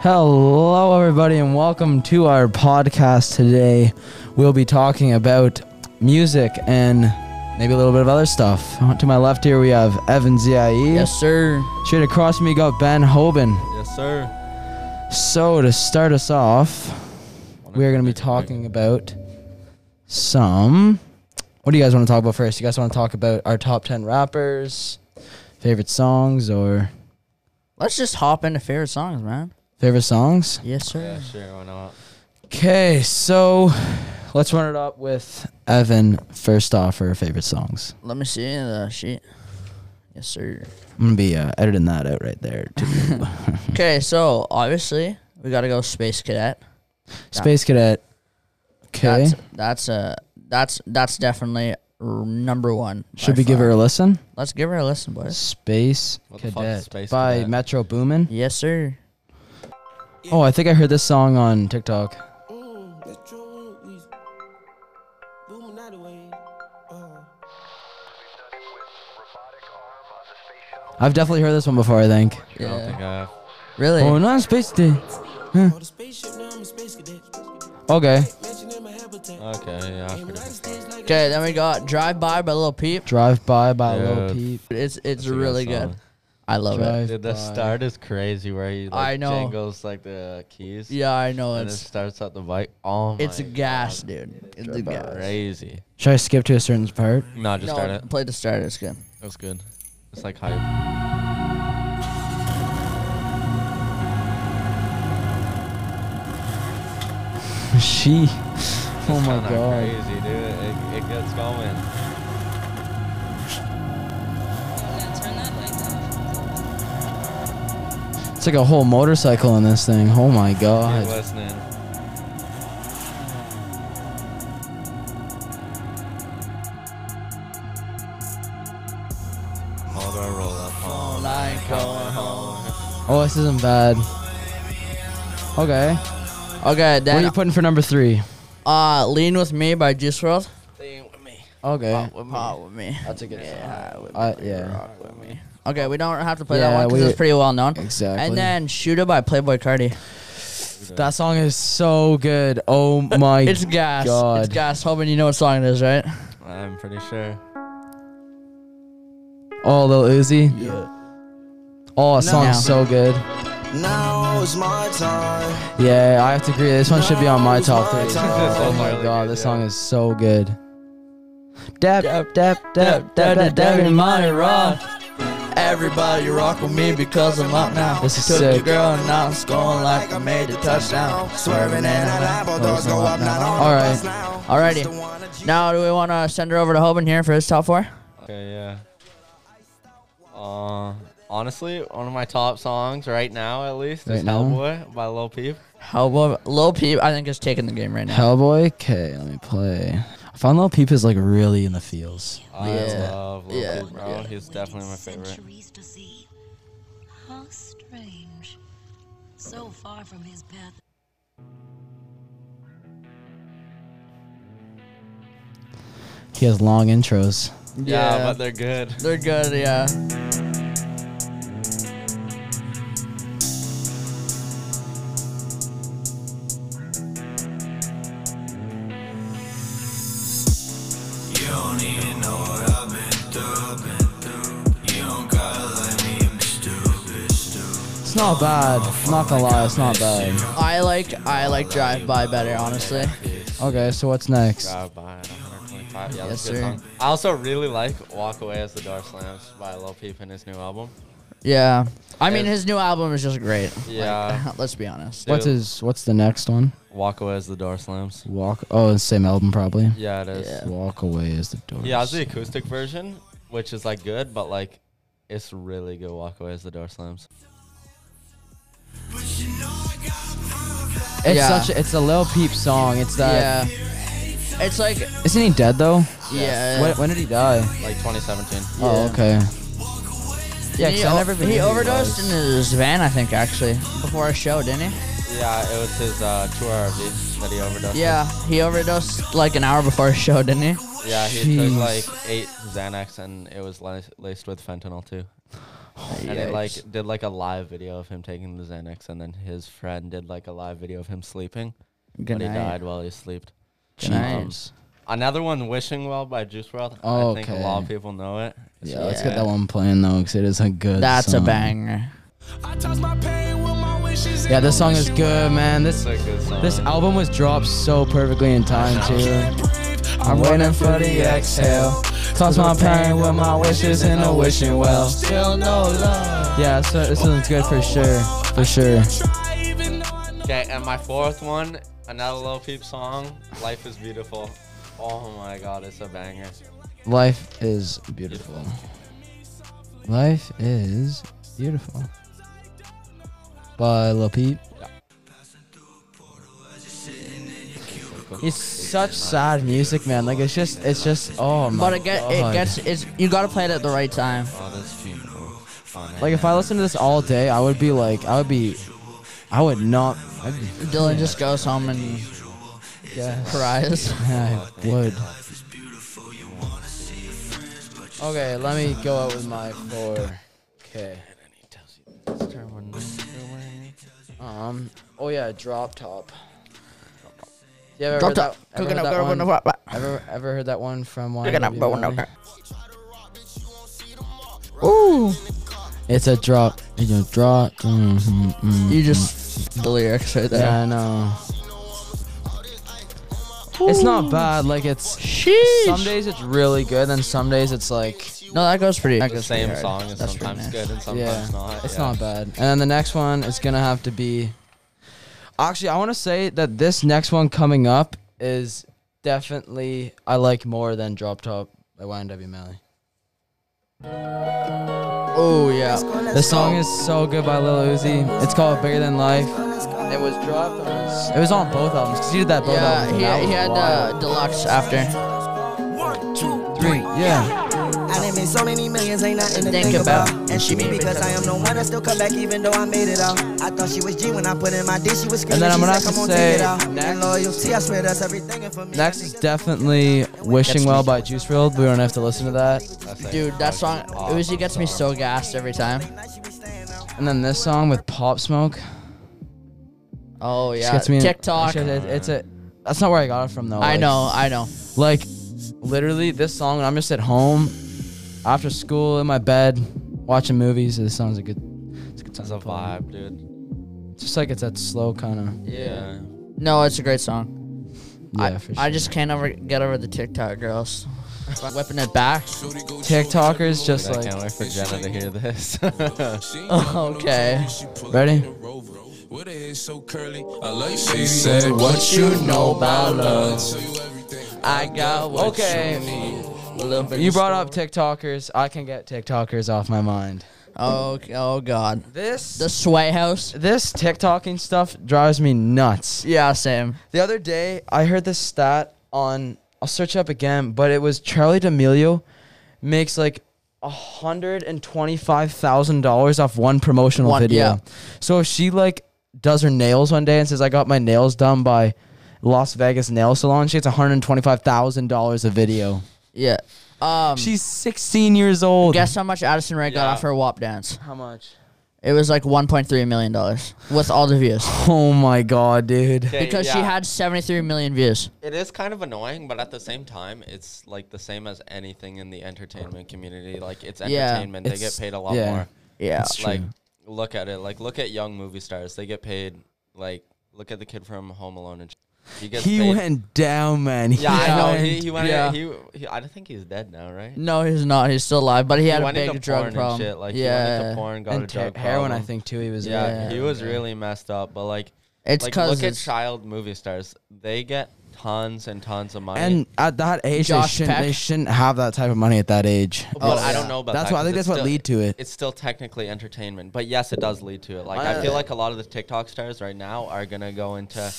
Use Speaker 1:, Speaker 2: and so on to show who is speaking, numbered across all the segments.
Speaker 1: Hello, everybody, and welcome to our podcast today. We'll be talking about music and maybe a little bit of other stuff. To my left here, we have Evan Ziae.
Speaker 2: Yes, sir.
Speaker 1: Straight across from me, got Ben Hoban.
Speaker 3: Yes, sir.
Speaker 1: So, to start us off, we are going to be talking about some. What do you guys want to talk about first? You guys want to talk about our top 10 rappers, favorite songs, or
Speaker 2: Let's just hop into favorite songs, man.
Speaker 1: favorite songs?
Speaker 2: Yes, sir.
Speaker 3: Yeah, sure. Why not?
Speaker 1: Okay, so let's run it up with Evan first off her favorite songs.
Speaker 2: Let me see the sheet. Yes, sir.
Speaker 1: I'm gonna be uh, editing that out right there. too.
Speaker 2: Okay, so obviously we gotta go Space Cadet.
Speaker 1: Space Cadet. Okay,
Speaker 2: That's that's uh that's that's definitely r- number one. by
Speaker 1: should we give
Speaker 2: far.
Speaker 1: her a listen?
Speaker 2: Let's give her a listen, boys.
Speaker 1: Space
Speaker 3: What the fuck
Speaker 1: Cadet
Speaker 3: is Space
Speaker 1: by
Speaker 3: Cadet?
Speaker 1: Metro Boomin.
Speaker 2: Yes, sir.
Speaker 1: Oh, I think I heard this song on TikTok.
Speaker 4: Mm, that's true. We booming out the way. Uh,
Speaker 1: I've definitely heard this one before. I think.
Speaker 3: I don't think
Speaker 2: Yeah.
Speaker 3: I have.
Speaker 2: Really?
Speaker 1: Oh, not Space Cadet.
Speaker 4: on the spaceship now, I'm a space cadet.
Speaker 1: Okay,
Speaker 4: Mansion in my habitat.
Speaker 3: Okay, yeah, I've heard of it.
Speaker 2: Ah, Okay, then we got Drive By by Lil Peep.
Speaker 1: Drive By by Lil
Speaker 3: Yeah.
Speaker 1: Peep.
Speaker 2: It's it's
Speaker 3: That's a good
Speaker 2: really good.
Speaker 3: song.
Speaker 2: I love it.
Speaker 1: Drive
Speaker 3: Dude, the
Speaker 1: By.
Speaker 3: start is crazy where he like,
Speaker 2: I know.
Speaker 3: jingles like the keys.
Speaker 2: Yeah, I know
Speaker 3: And it
Speaker 2: it's
Speaker 3: starts at the bike. Oh my
Speaker 2: it's a gas, dude. It's a
Speaker 3: God.
Speaker 2: gas.
Speaker 3: Crazy.
Speaker 1: Should I skip to a certain part?
Speaker 3: No, just start
Speaker 2: No,
Speaker 3: it.
Speaker 2: play the start. It's good.
Speaker 3: That's good. It's like hype.
Speaker 1: she.
Speaker 3: It's
Speaker 1: Oh my
Speaker 3: kinda
Speaker 1: god.
Speaker 3: Crazy, dude. It, it gets going.
Speaker 1: It's like a whole motorcycle in this thing. Oh my god.
Speaker 3: Keep listening. How do I roll up home?
Speaker 1: Oh, this isn't bad. Okay.
Speaker 3: oh.
Speaker 2: Okay,
Speaker 1: what are you
Speaker 2: then
Speaker 1: putting for number three?
Speaker 2: uh, "Lean with Me" by Juice World.
Speaker 1: Okay.
Speaker 2: Hot Oh, with me.
Speaker 1: That's a good
Speaker 2: Yeah, with
Speaker 1: Uh,
Speaker 2: me,
Speaker 1: yeah.
Speaker 2: rock with me. Okay, we don't have to play that
Speaker 1: Yeah,
Speaker 2: one because
Speaker 1: we-
Speaker 2: it's pretty well known.
Speaker 1: Exactly.
Speaker 2: And then "Shooter" by Playboy Cardi.
Speaker 1: that song is so good. Oh my.
Speaker 2: It's gas. It's
Speaker 1: God.
Speaker 2: gas. Hoping you know what song it is, right?
Speaker 3: I'm pretty sure.
Speaker 1: oh, Lil Uzi. Yeah. Oh, that
Speaker 2: No.
Speaker 1: song's so good.
Speaker 4: Now it's my time.
Speaker 1: Yeah, I have to agree. This one should be on my top three.
Speaker 4: This is
Speaker 1: Oh
Speaker 3: really
Speaker 1: my
Speaker 3: good,
Speaker 1: god, this
Speaker 3: yeah.
Speaker 1: song is so good. Dab, dab, dab, dab, dab, dab, dab, in my-
Speaker 2: money rock. Everybody rock with me because I'm up now.
Speaker 1: This is
Speaker 2: Took
Speaker 1: sick.
Speaker 2: the girl and now I'm scoring like I made the touchdown. Swerving and I
Speaker 4: both
Speaker 1: Oh,
Speaker 4: doors
Speaker 1: it's not
Speaker 4: not
Speaker 1: now.
Speaker 4: on
Speaker 1: All
Speaker 4: the
Speaker 1: right.
Speaker 4: bus now.
Speaker 2: Alrighty.
Speaker 4: Just the one that you-
Speaker 2: Now, do we want to send her over to Hoban here for his top four?
Speaker 3: Okay, yeah. Uh, honestly, one of my top songs right now, at least,
Speaker 1: Right
Speaker 3: is
Speaker 1: now?
Speaker 3: Hellboy by Lil Peep.
Speaker 2: How about Lil Peep? I think is taking the game right now.
Speaker 1: Hellboy. Okay, let me play. I found Lil Peep is like really in the feels.
Speaker 3: I
Speaker 2: Yeah.
Speaker 3: love Lil
Speaker 2: Yeah,
Speaker 3: Peep, bro.
Speaker 2: yeah.
Speaker 3: He's definitely my favorite.
Speaker 5: Centuries to see. How strange. So far from his path.
Speaker 1: He has long intros.
Speaker 3: Yeah, but they're good.
Speaker 2: they're good. Yeah.
Speaker 1: It's not bad. I'm not gonna lie, it's not bad.
Speaker 2: I like I like Drive By better, honestly.
Speaker 1: Okay, so what's next?
Speaker 3: Drive by at 125. Yeah,
Speaker 2: Yes,
Speaker 3: that's a good
Speaker 2: sir.
Speaker 3: song. I also really like Walk Away as the Door Slams by Lil Peep in his new album.
Speaker 2: Yeah. I mean,
Speaker 3: Yeah.
Speaker 2: his new album is just great.
Speaker 3: Yeah.
Speaker 2: Let's be honest.
Speaker 1: What's
Speaker 3: Dude,
Speaker 1: his? What's the next one?
Speaker 3: Walk Away as the Door Slams.
Speaker 1: Walk. Oh, it's the same album probably.
Speaker 3: Yeah, it is.
Speaker 2: Yeah.
Speaker 1: Walk away is the door.
Speaker 3: He has the acoustic version, which is like good, but like it's really good. Walk away as the door slams.
Speaker 1: It's
Speaker 2: Yeah.
Speaker 1: such. A, it's a Lil Peep song. It's that.
Speaker 2: yeah. It's like
Speaker 1: Isn't he dead though?
Speaker 2: yeah.
Speaker 1: When, when did he die?
Speaker 3: Like 2017.
Speaker 1: Oh,
Speaker 2: Yeah.
Speaker 1: okay. Yeah,
Speaker 2: he,
Speaker 1: 'cause I
Speaker 2: o-
Speaker 1: never
Speaker 2: he
Speaker 1: knew who
Speaker 2: overdosed
Speaker 1: was.
Speaker 2: in his van, I think, actually, before a show, didn't he?
Speaker 3: Yeah, it was his uh, tour RV that he overdosed.
Speaker 2: Yeah, he overdosed like an hour before a show, didn't he?
Speaker 3: on. Yeah, he
Speaker 1: Jeez.
Speaker 3: took like eight Xanax and it was li- laced with fentanyl too. And it like did like a live video of him taking the Xanax, and then his friend did like a live video of him sleeping,
Speaker 2: Good
Speaker 3: but he
Speaker 2: night.
Speaker 3: died while he slept.
Speaker 2: Good night.
Speaker 1: Jeez.
Speaker 3: Another one, "Wishing Well" by Juice WRLD. I think a lot of
Speaker 1: Okay.
Speaker 3: people know it. It's
Speaker 1: Yeah,
Speaker 3: really
Speaker 1: let's get
Speaker 3: good.
Speaker 1: that one playing though, because it is a good.
Speaker 2: That's a
Speaker 1: song.
Speaker 2: banger.
Speaker 4: I toss my pain with my wishes.
Speaker 1: Yeah, this song is good, man. This
Speaker 3: It's a good song.
Speaker 1: this album was dropped so perfectly in time too. I'm waiting for the exhale. Toss my pain with my wishes in a wishing well.
Speaker 4: Still no love.
Speaker 1: Yeah, so this one's good for sure, for sure.
Speaker 4: Try even though I know.
Speaker 3: Okay, and my fourth one, another Lil Peep song, "Life Is Beautiful." Oh my God, it's a banger.
Speaker 1: Life is beautiful. Life is beautiful. By Lil Peep. It's such sad music, man. Like it's just, it's just, oh my.
Speaker 2: But it get it
Speaker 1: God.
Speaker 2: gets it's you gotta play it at the right time.
Speaker 3: Oh, that's beautiful.
Speaker 1: Like if I listened to this all day, I would be like, I would be, I would not. I'd be,
Speaker 2: Dylan just goes home and
Speaker 1: yeah,
Speaker 2: cries.
Speaker 1: I would. Okay, let me go out with my four. Okay. Um. Oh yeah, drop top. Yeah, ever
Speaker 2: Drop
Speaker 1: heard
Speaker 2: top.
Speaker 1: That, ever
Speaker 2: Cooking
Speaker 1: heard
Speaker 2: up,
Speaker 1: that
Speaker 2: going
Speaker 1: one?
Speaker 2: up, up, up.
Speaker 1: Ever ever heard that one from one?
Speaker 2: Cooking up, going up, up. Ooh,
Speaker 1: It's a drop. It's a drop. mm, mm, mm,
Speaker 2: you
Speaker 1: mm.
Speaker 2: just the lyrics right there.
Speaker 1: Yeah, I know. It's not bad. Like it's
Speaker 2: Sheesh.
Speaker 1: some days it's really good, and some days it's like
Speaker 2: No, that goes pretty. That
Speaker 3: The
Speaker 2: goes
Speaker 3: same
Speaker 2: pretty hard.
Speaker 3: song is
Speaker 2: That's pretty
Speaker 3: sometimes
Speaker 2: nice.
Speaker 3: good and
Speaker 1: yeah,
Speaker 3: sometimes not.
Speaker 1: it's
Speaker 3: yeah.
Speaker 1: not bad. And then the next one is gonna have to be. Actually, I want to say that this next one coming up is definitely I like more than Drop Top by YNW Melly.
Speaker 2: Oh yeah.
Speaker 1: The song is so good by Lil Uzi. It's called Bigger Than Life. It was dropped on. It was on both albums. Cause he did that both
Speaker 2: Yeah,
Speaker 1: albums. and that
Speaker 2: he, he
Speaker 1: was
Speaker 2: had
Speaker 1: wild.
Speaker 2: uh, deluxe after.
Speaker 4: One, two,
Speaker 1: three. Yeah.
Speaker 6: I done made so many millions, ain't nothing to
Speaker 2: Think
Speaker 6: think,
Speaker 2: about.
Speaker 6: about. And she me because I am the one that still come back even though I made it out. I thought she was G when I put in my D, she was
Speaker 1: And
Speaker 6: screaming.
Speaker 1: then I'm
Speaker 6: she
Speaker 1: gonna have
Speaker 6: said,
Speaker 1: to
Speaker 6: come on, take
Speaker 1: say
Speaker 6: it out.
Speaker 1: next-
Speaker 6: And loyalty, I swear that's everything. And for me,
Speaker 1: Next is definitely Wishing Well by Juice WRLD. We don't have to listen to that.
Speaker 3: That's like-
Speaker 2: Dude, that song Uzi gets me so gassed every time.
Speaker 1: And then this song with Pop Smoke.
Speaker 2: Oh
Speaker 1: Just
Speaker 2: yeah.
Speaker 1: gets me in-
Speaker 2: TikTok.
Speaker 1: Actually, it- it's a. That's not where I got it from though.
Speaker 2: I
Speaker 1: like-
Speaker 2: know, I know.
Speaker 1: Like, literally, this song. When I'm just at home, after school, in my bed, watching movies. This song's a good. It's a good song.
Speaker 3: It's a
Speaker 1: to play.
Speaker 3: vibe, dude.
Speaker 1: It's just like it's that slow kind of.
Speaker 3: Yeah.
Speaker 2: No, it's a great song.
Speaker 1: Yeah,
Speaker 2: I,
Speaker 1: for sure.
Speaker 2: I just can't ever get over the TikTok girls. Whipping it back.
Speaker 1: TikTokers just
Speaker 3: I
Speaker 1: like
Speaker 3: can't wait for Jenna to hear this. That's
Speaker 2: okay.
Speaker 1: ready.
Speaker 7: With her hair so curly, I love you. She said, What you know about love?
Speaker 2: I got
Speaker 1: Okay, you brought up TikTokers. I can get TikTokers off my mind.
Speaker 2: Oh, oh god.
Speaker 1: This
Speaker 2: The Sway House.
Speaker 1: this TikToking stuff drives me nuts.
Speaker 2: Yeah, same.
Speaker 1: The other day, I heard this stat on. I'll search up again, but it was Charlie D'Amelio makes like hundred and twenty-five thousand dollars off one promotional
Speaker 2: One-
Speaker 1: video.
Speaker 2: yeah.
Speaker 1: So if she like does her nails one day and says, "I got my nails done by Las Vegas Nail Salon," she gets one hundred twenty-five thousand dollars a video.
Speaker 2: Yeah. Um
Speaker 1: She's sixteen years old.
Speaker 2: guess how much Addison Rae got
Speaker 3: Yeah.
Speaker 2: off her WAP dance?
Speaker 1: how much?
Speaker 2: It was like 1.3 million dollars with all the views
Speaker 1: Oh my god, dude.
Speaker 2: because she had 73 million views.
Speaker 3: It is kind of annoying, but at the same time, it's like the same as anything in the entertainment community. Like it's
Speaker 2: Yeah,
Speaker 3: entertainment; they
Speaker 1: it's-
Speaker 3: get paid a lot
Speaker 1: yeah.
Speaker 3: more.
Speaker 2: Yeah.
Speaker 1: It's
Speaker 3: Like
Speaker 1: true.
Speaker 3: look at it. Like look at young movie stars; they get paid. Like look at the kid from Home Alone, and sh- he gets
Speaker 1: He
Speaker 3: paid.
Speaker 1: went down, man. He
Speaker 3: yeah, I know.
Speaker 1: went
Speaker 3: He, he went.
Speaker 2: yeah.
Speaker 3: He, he, I don't think he's dead now, right?
Speaker 2: No, he's not. He's still alive, but he, had a
Speaker 3: went
Speaker 2: big
Speaker 3: into
Speaker 2: drug
Speaker 3: porn
Speaker 2: problem.
Speaker 3: And shit. Like he
Speaker 2: yeah,
Speaker 3: went into porn, got a
Speaker 1: and
Speaker 3: drug
Speaker 1: ter- heroin, I
Speaker 3: problem.
Speaker 1: think too. He was uh,
Speaker 3: Yeah,
Speaker 2: Yeah.
Speaker 3: he was really messed up. But like,
Speaker 2: It's
Speaker 3: like,
Speaker 2: 'cause
Speaker 3: look at
Speaker 2: it's-
Speaker 3: child movie stars; they get tons and tons of money.
Speaker 1: And at that age, they
Speaker 2: Josh
Speaker 1: shouldn't, they
Speaker 2: Peck.
Speaker 1: shouldn't have that type of money at that age.
Speaker 3: But
Speaker 2: Oh, yeah.
Speaker 3: I don't know about
Speaker 1: That's
Speaker 3: that
Speaker 1: what I
Speaker 3: 'cause
Speaker 1: think. That's
Speaker 3: it's
Speaker 1: what
Speaker 3: still-
Speaker 1: lead to it.
Speaker 3: It's still technically entertainment, but yes, it does lead to it. Like I,
Speaker 1: I-
Speaker 3: feel like a lot of the TikTok stars right now are gonna go into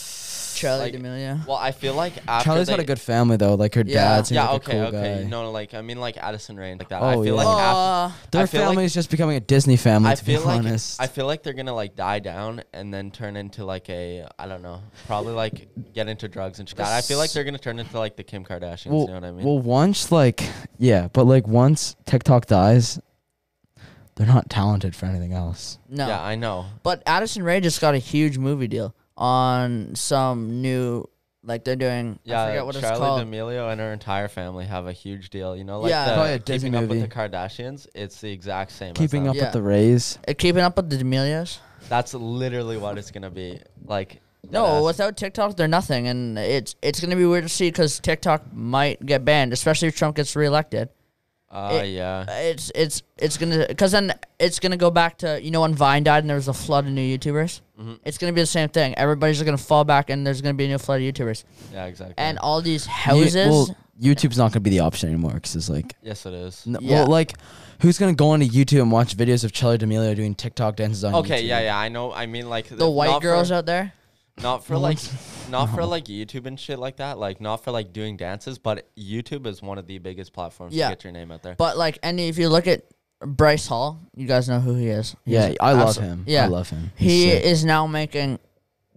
Speaker 2: Charlie
Speaker 3: like.
Speaker 2: D'Amelio.
Speaker 3: Well, I feel like after
Speaker 1: Charlie's
Speaker 3: they,
Speaker 1: got a good family though. Like her
Speaker 2: Yeah.
Speaker 1: dad seems like
Speaker 3: Yeah.
Speaker 1: a
Speaker 3: okay.
Speaker 1: cool
Speaker 3: okay.
Speaker 1: guy.
Speaker 3: No, no. Like I mean, like Addison Rae, and like that.
Speaker 1: Oh,
Speaker 3: I feel
Speaker 1: yeah.
Speaker 3: like
Speaker 2: Uh,
Speaker 3: after, I
Speaker 1: Their
Speaker 3: feel like-
Speaker 1: family is just becoming a Disney family.
Speaker 3: I
Speaker 1: to be
Speaker 3: feel like
Speaker 1: honest.
Speaker 3: I feel like they're gonna like die down and then turn into like a I don't know probably like get into drugs and shit. I feel like they're gonna turn into like the Kim Kardashians.
Speaker 1: well,
Speaker 3: you know what I mean?
Speaker 1: well, once like yeah, but like once TikTok dies, They're not talented for anything else.
Speaker 2: No.
Speaker 3: Yeah, I know.
Speaker 2: But Addison Ray just got a huge movie deal on some new, like they're doing.
Speaker 3: Yeah,
Speaker 2: I forget what
Speaker 3: Charlie
Speaker 2: it's called.
Speaker 3: D'Amelio and her entire family have a huge deal. You know, like
Speaker 2: Yeah.
Speaker 1: Probably
Speaker 3: the
Speaker 1: a Disney
Speaker 3: keeping up with
Speaker 1: Oh, movie.
Speaker 3: the Kardashians. It's the exact same. as
Speaker 1: Keeping
Speaker 3: that.
Speaker 1: up
Speaker 2: Yeah.
Speaker 1: with the Rays.
Speaker 2: Uh, Keeping up with the D'Amelios.
Speaker 3: That's literally what it's gonna be. Like
Speaker 2: No,
Speaker 3: deadass.
Speaker 2: without TikTok, they're nothing, and it's it's gonna be weird to see because TikTok might get banned, especially if Trump gets reelected.
Speaker 3: Uh,
Speaker 2: it-
Speaker 3: yeah.
Speaker 2: It's it's it's gonna because then it's gonna go back to you know when Vine died and there was a flood of new YouTubers. It's gonna be the same thing. Everybody's gonna fall back, and there's gonna be a new flood of YouTubers,
Speaker 3: Yeah, exactly.
Speaker 2: and all these
Speaker 1: You-
Speaker 2: houses.
Speaker 1: well, YouTube's not gonna be the option anymore because it's like,
Speaker 3: yes, it is.
Speaker 1: n-
Speaker 2: Yeah.
Speaker 1: well, like, who's gonna go onto YouTube and watch videos of Charlie D'Amelio doing TikTok dances on?
Speaker 3: Okay,
Speaker 1: YouTube?
Speaker 3: yeah, yeah, I know. I mean, like
Speaker 2: the white girls
Speaker 3: for,
Speaker 2: out there.
Speaker 3: not for like, not for like YouTube and shit like that. Like not for like doing dances, but YouTube is one of the biggest platforms
Speaker 2: Yeah.
Speaker 3: to get your name out there.
Speaker 2: But like, and if you look at Bryce Hall, you guys know who he is.
Speaker 1: yeah. I love
Speaker 2: abso-
Speaker 1: him.
Speaker 2: yeah.
Speaker 1: I love him. He's
Speaker 2: He
Speaker 1: sick.
Speaker 2: is now making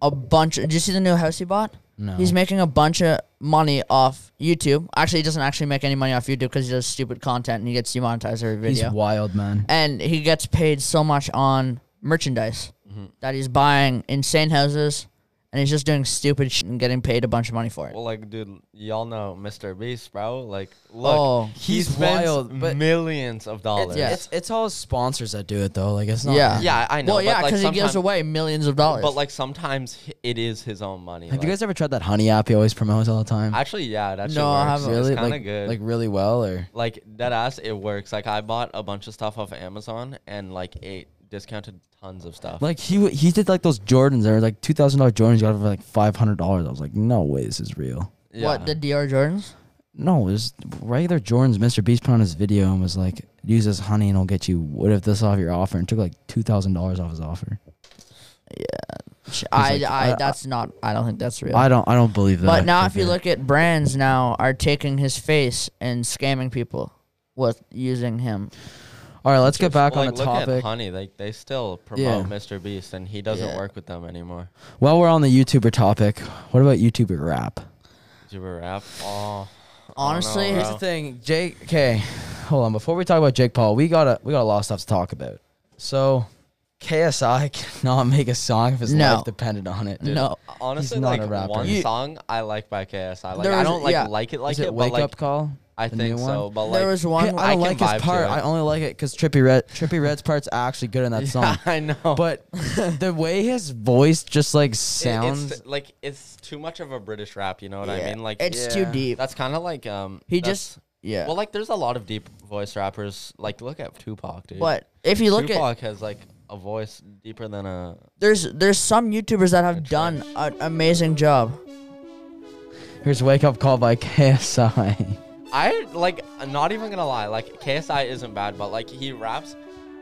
Speaker 2: a bunch. Of, did you see the new house he bought?
Speaker 1: No.
Speaker 2: He's making a bunch of money off YouTube. Actually, he doesn't actually make any money off YouTube because he does stupid content and he gets demonetized every
Speaker 1: He's
Speaker 2: video.
Speaker 1: wild, man.
Speaker 2: and he gets paid so much on merchandise
Speaker 3: Mm-hmm.
Speaker 2: that he's buying insane houses and he's just doing stupid shit and getting paid a bunch of money for it.
Speaker 3: well, like, dude, y'all know Mr. Beast, bro. Like, look,
Speaker 2: Oh,
Speaker 3: he
Speaker 1: he's
Speaker 3: spends
Speaker 1: wild, but-
Speaker 3: millions of dollars.
Speaker 2: yeah.
Speaker 1: It's it's all his sponsors that do it though. Like it's not.
Speaker 2: yeah.
Speaker 3: Yeah, I know,
Speaker 2: Well,
Speaker 3: but,
Speaker 2: yeah,
Speaker 3: like,
Speaker 2: because he gives
Speaker 3: sometimes-
Speaker 2: away millions of dollars.
Speaker 3: But like sometimes h- it is his own money.
Speaker 1: Have
Speaker 3: like,
Speaker 1: you guys ever tried that honey app he always promotes all the time?
Speaker 3: actually? Yeah, that shit
Speaker 2: No, I
Speaker 3: works.
Speaker 2: haven't.
Speaker 3: It's
Speaker 1: really
Speaker 3: kind of
Speaker 1: like
Speaker 3: good.
Speaker 1: like really well or
Speaker 3: like that ass it works like i bought a bunch of stuff off of amazon and like it discounted tons of stuff
Speaker 1: like he w- he did like those Jordans that were like two thousand dollar Jordans you got for like five hundred dollars. I was like, no way, this is real.
Speaker 3: yeah.
Speaker 2: What, the DR Jordans?
Speaker 1: No, it was regular Jordans. Mr. Beast put on his video and was like, use this honey and it'll get you what if this off your offer and took like two thousand dollars off his offer.
Speaker 2: I,
Speaker 1: like,
Speaker 2: I,
Speaker 3: "Uh,
Speaker 1: I-
Speaker 2: that's not, I don't think that's real.
Speaker 1: I don't I don't believe that.
Speaker 2: But now, if you
Speaker 1: Okay.
Speaker 2: look at brands, now are taking his face and scamming people with using him.
Speaker 1: all right, let's get back
Speaker 3: Well,
Speaker 1: on
Speaker 3: like,
Speaker 1: the
Speaker 3: look at
Speaker 1: topic.
Speaker 3: honey like they still
Speaker 1: Yeah.
Speaker 3: promote mr beast and he doesn't
Speaker 2: Yeah.
Speaker 3: work with them anymore
Speaker 1: While we're on the YouTuber topic, what about YouTuber rap?
Speaker 3: you're rap oh
Speaker 2: Honestly,
Speaker 1: Here's the thing, Jake. Okay, hold on. Before we talk about Jake Paul, we gotta we got a lot of stuff to talk about. So, KSI cannot make a song if his
Speaker 2: No.
Speaker 1: life depended on it.
Speaker 2: no,
Speaker 3: honestly
Speaker 1: not
Speaker 3: like
Speaker 1: a rapper.
Speaker 3: one
Speaker 1: You-
Speaker 3: song i like by ksi like
Speaker 2: There
Speaker 3: i
Speaker 2: was-
Speaker 3: don't like
Speaker 2: yeah.
Speaker 3: like it like
Speaker 1: Is it,
Speaker 3: but
Speaker 1: Wake
Speaker 3: like
Speaker 1: Up Call?
Speaker 3: i
Speaker 1: The
Speaker 3: think
Speaker 1: new
Speaker 3: so
Speaker 1: one?
Speaker 3: but like
Speaker 2: there was
Speaker 1: Hey,
Speaker 2: one.
Speaker 1: I don't
Speaker 3: I
Speaker 1: like
Speaker 3: can vibe
Speaker 1: his
Speaker 3: to
Speaker 1: part.
Speaker 3: it.
Speaker 1: I only like it because Trippy Red Trippy Red's part's actually good in that song.
Speaker 3: i know
Speaker 1: But the way his voice just like
Speaker 3: It-
Speaker 1: sounds,
Speaker 3: it's like it's too much of a british rap you know what i
Speaker 2: Yeah,
Speaker 3: mean like
Speaker 2: it's too
Speaker 1: Yeah.
Speaker 2: deep.
Speaker 3: that's kind of like um
Speaker 2: He
Speaker 3: that's-
Speaker 2: just, yeah.
Speaker 3: well like there's a lot of deep voice rappers like look at tupac dude
Speaker 2: but if you look at,
Speaker 3: Tupac has like a voice deeper than a.
Speaker 2: there's there's some YouTubers that have done an amazing job.
Speaker 1: here's Wake Up Call by KSI.
Speaker 3: I like I'm not even gonna lie. Like KSI isn't bad, but like he raps,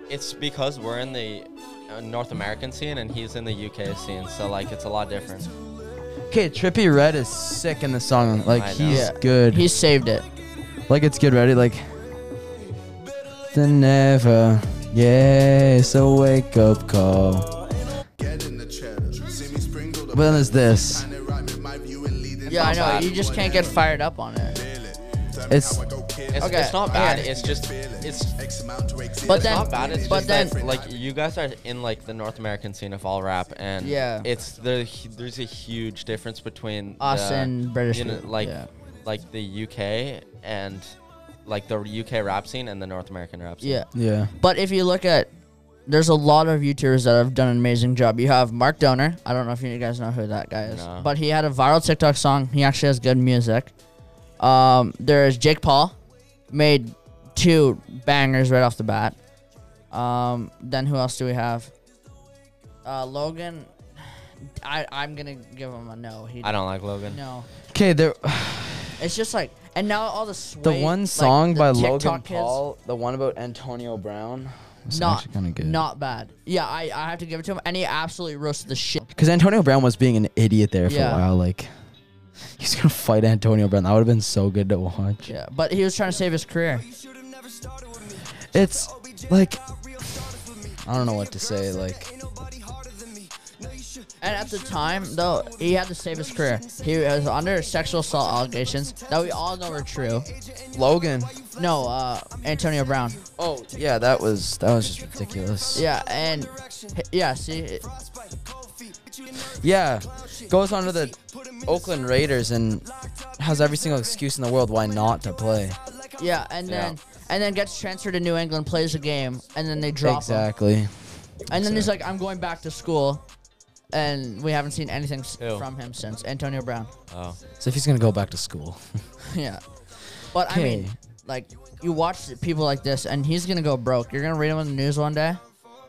Speaker 3: it's because we're in the uh, North American scene and he's in the UK scene, so like it's a lot different.
Speaker 1: Okay, Trippy Red is sick in the song. Like
Speaker 3: I know.
Speaker 1: he's
Speaker 2: Yeah.
Speaker 1: good.
Speaker 2: He saved it.
Speaker 1: Like it's good, ready? Like than never. Yeah, it's a wake up call. But then there's this.
Speaker 2: Yeah, I know.
Speaker 3: bad.
Speaker 2: You just can't get fired up on it.
Speaker 1: It's
Speaker 3: It's,
Speaker 2: Okay.
Speaker 3: it's not bad. It's just it's
Speaker 2: But
Speaker 3: it's
Speaker 2: then,
Speaker 3: not bad. It's
Speaker 2: but
Speaker 3: just
Speaker 2: then,
Speaker 3: that, like you guys are in like the North American scene of all rap, and
Speaker 2: Yeah.
Speaker 3: it's the there's a huge difference between
Speaker 2: Us
Speaker 3: the,
Speaker 2: and British
Speaker 3: you know,
Speaker 2: people,
Speaker 3: like
Speaker 2: yeah.
Speaker 3: like the UK and like the UK rap scene and the North American rap scene.
Speaker 2: yeah.
Speaker 1: yeah.
Speaker 2: But if you look at, there's a lot of YouTubers that have done an amazing job. You have Mark Donner. I don't know if you guys know who that guy is,
Speaker 3: No.
Speaker 2: but he had a viral TikTok song. He actually has good music. Um, there's Jake Paul, made two bangers right off the bat. Um, then who else do we have? Uh, Logan. I I'm gonna give him a no. He
Speaker 3: I don't like Logan.
Speaker 2: no.
Speaker 1: Okay, there
Speaker 2: It's just like, and now all the sway,
Speaker 1: the one
Speaker 2: like,
Speaker 1: song
Speaker 2: the
Speaker 1: by
Speaker 2: TikTok
Speaker 1: Logan
Speaker 2: kids-
Speaker 1: Paul, the one about Antonio Brown. was
Speaker 2: not
Speaker 1: actually kinda good.
Speaker 2: not bad. Yeah, I, I have to give it to him, and he absolutely roasted the shit.
Speaker 1: Because Antonio Brown was being an idiot there for
Speaker 2: Yeah.
Speaker 1: a while. Like, he's gonna fight Antonio Brown. That would have been so good to watch.
Speaker 2: Yeah, but he was trying to save his career.
Speaker 1: It's like, I don't know what to say. Like,
Speaker 2: And at the time, though, he had to save his career. He was under sexual assault allegations that we all know are true.
Speaker 1: Logan.
Speaker 2: No, uh, Antonio Brown.
Speaker 1: Oh yeah, that was that was just ridiculous.
Speaker 2: Yeah, and yeah, see,
Speaker 1: Yeah, goes on to the Oakland Raiders and has every single excuse in the world why not to play.
Speaker 2: yeah, and then and then gets transferred to New England, plays a game, and then they drop him.
Speaker 1: Exactly.
Speaker 2: And then he's like, "I'm going back to school," and we haven't seen anything s-
Speaker 3: Who?
Speaker 2: from him since Antonio Brown.
Speaker 3: Oh.
Speaker 1: So if he's gonna go back to school,
Speaker 2: yeah, but I mean,
Speaker 1: Okay.
Speaker 2: like, you watch people like this, and he's gonna go broke. You're gonna read him on the news one day,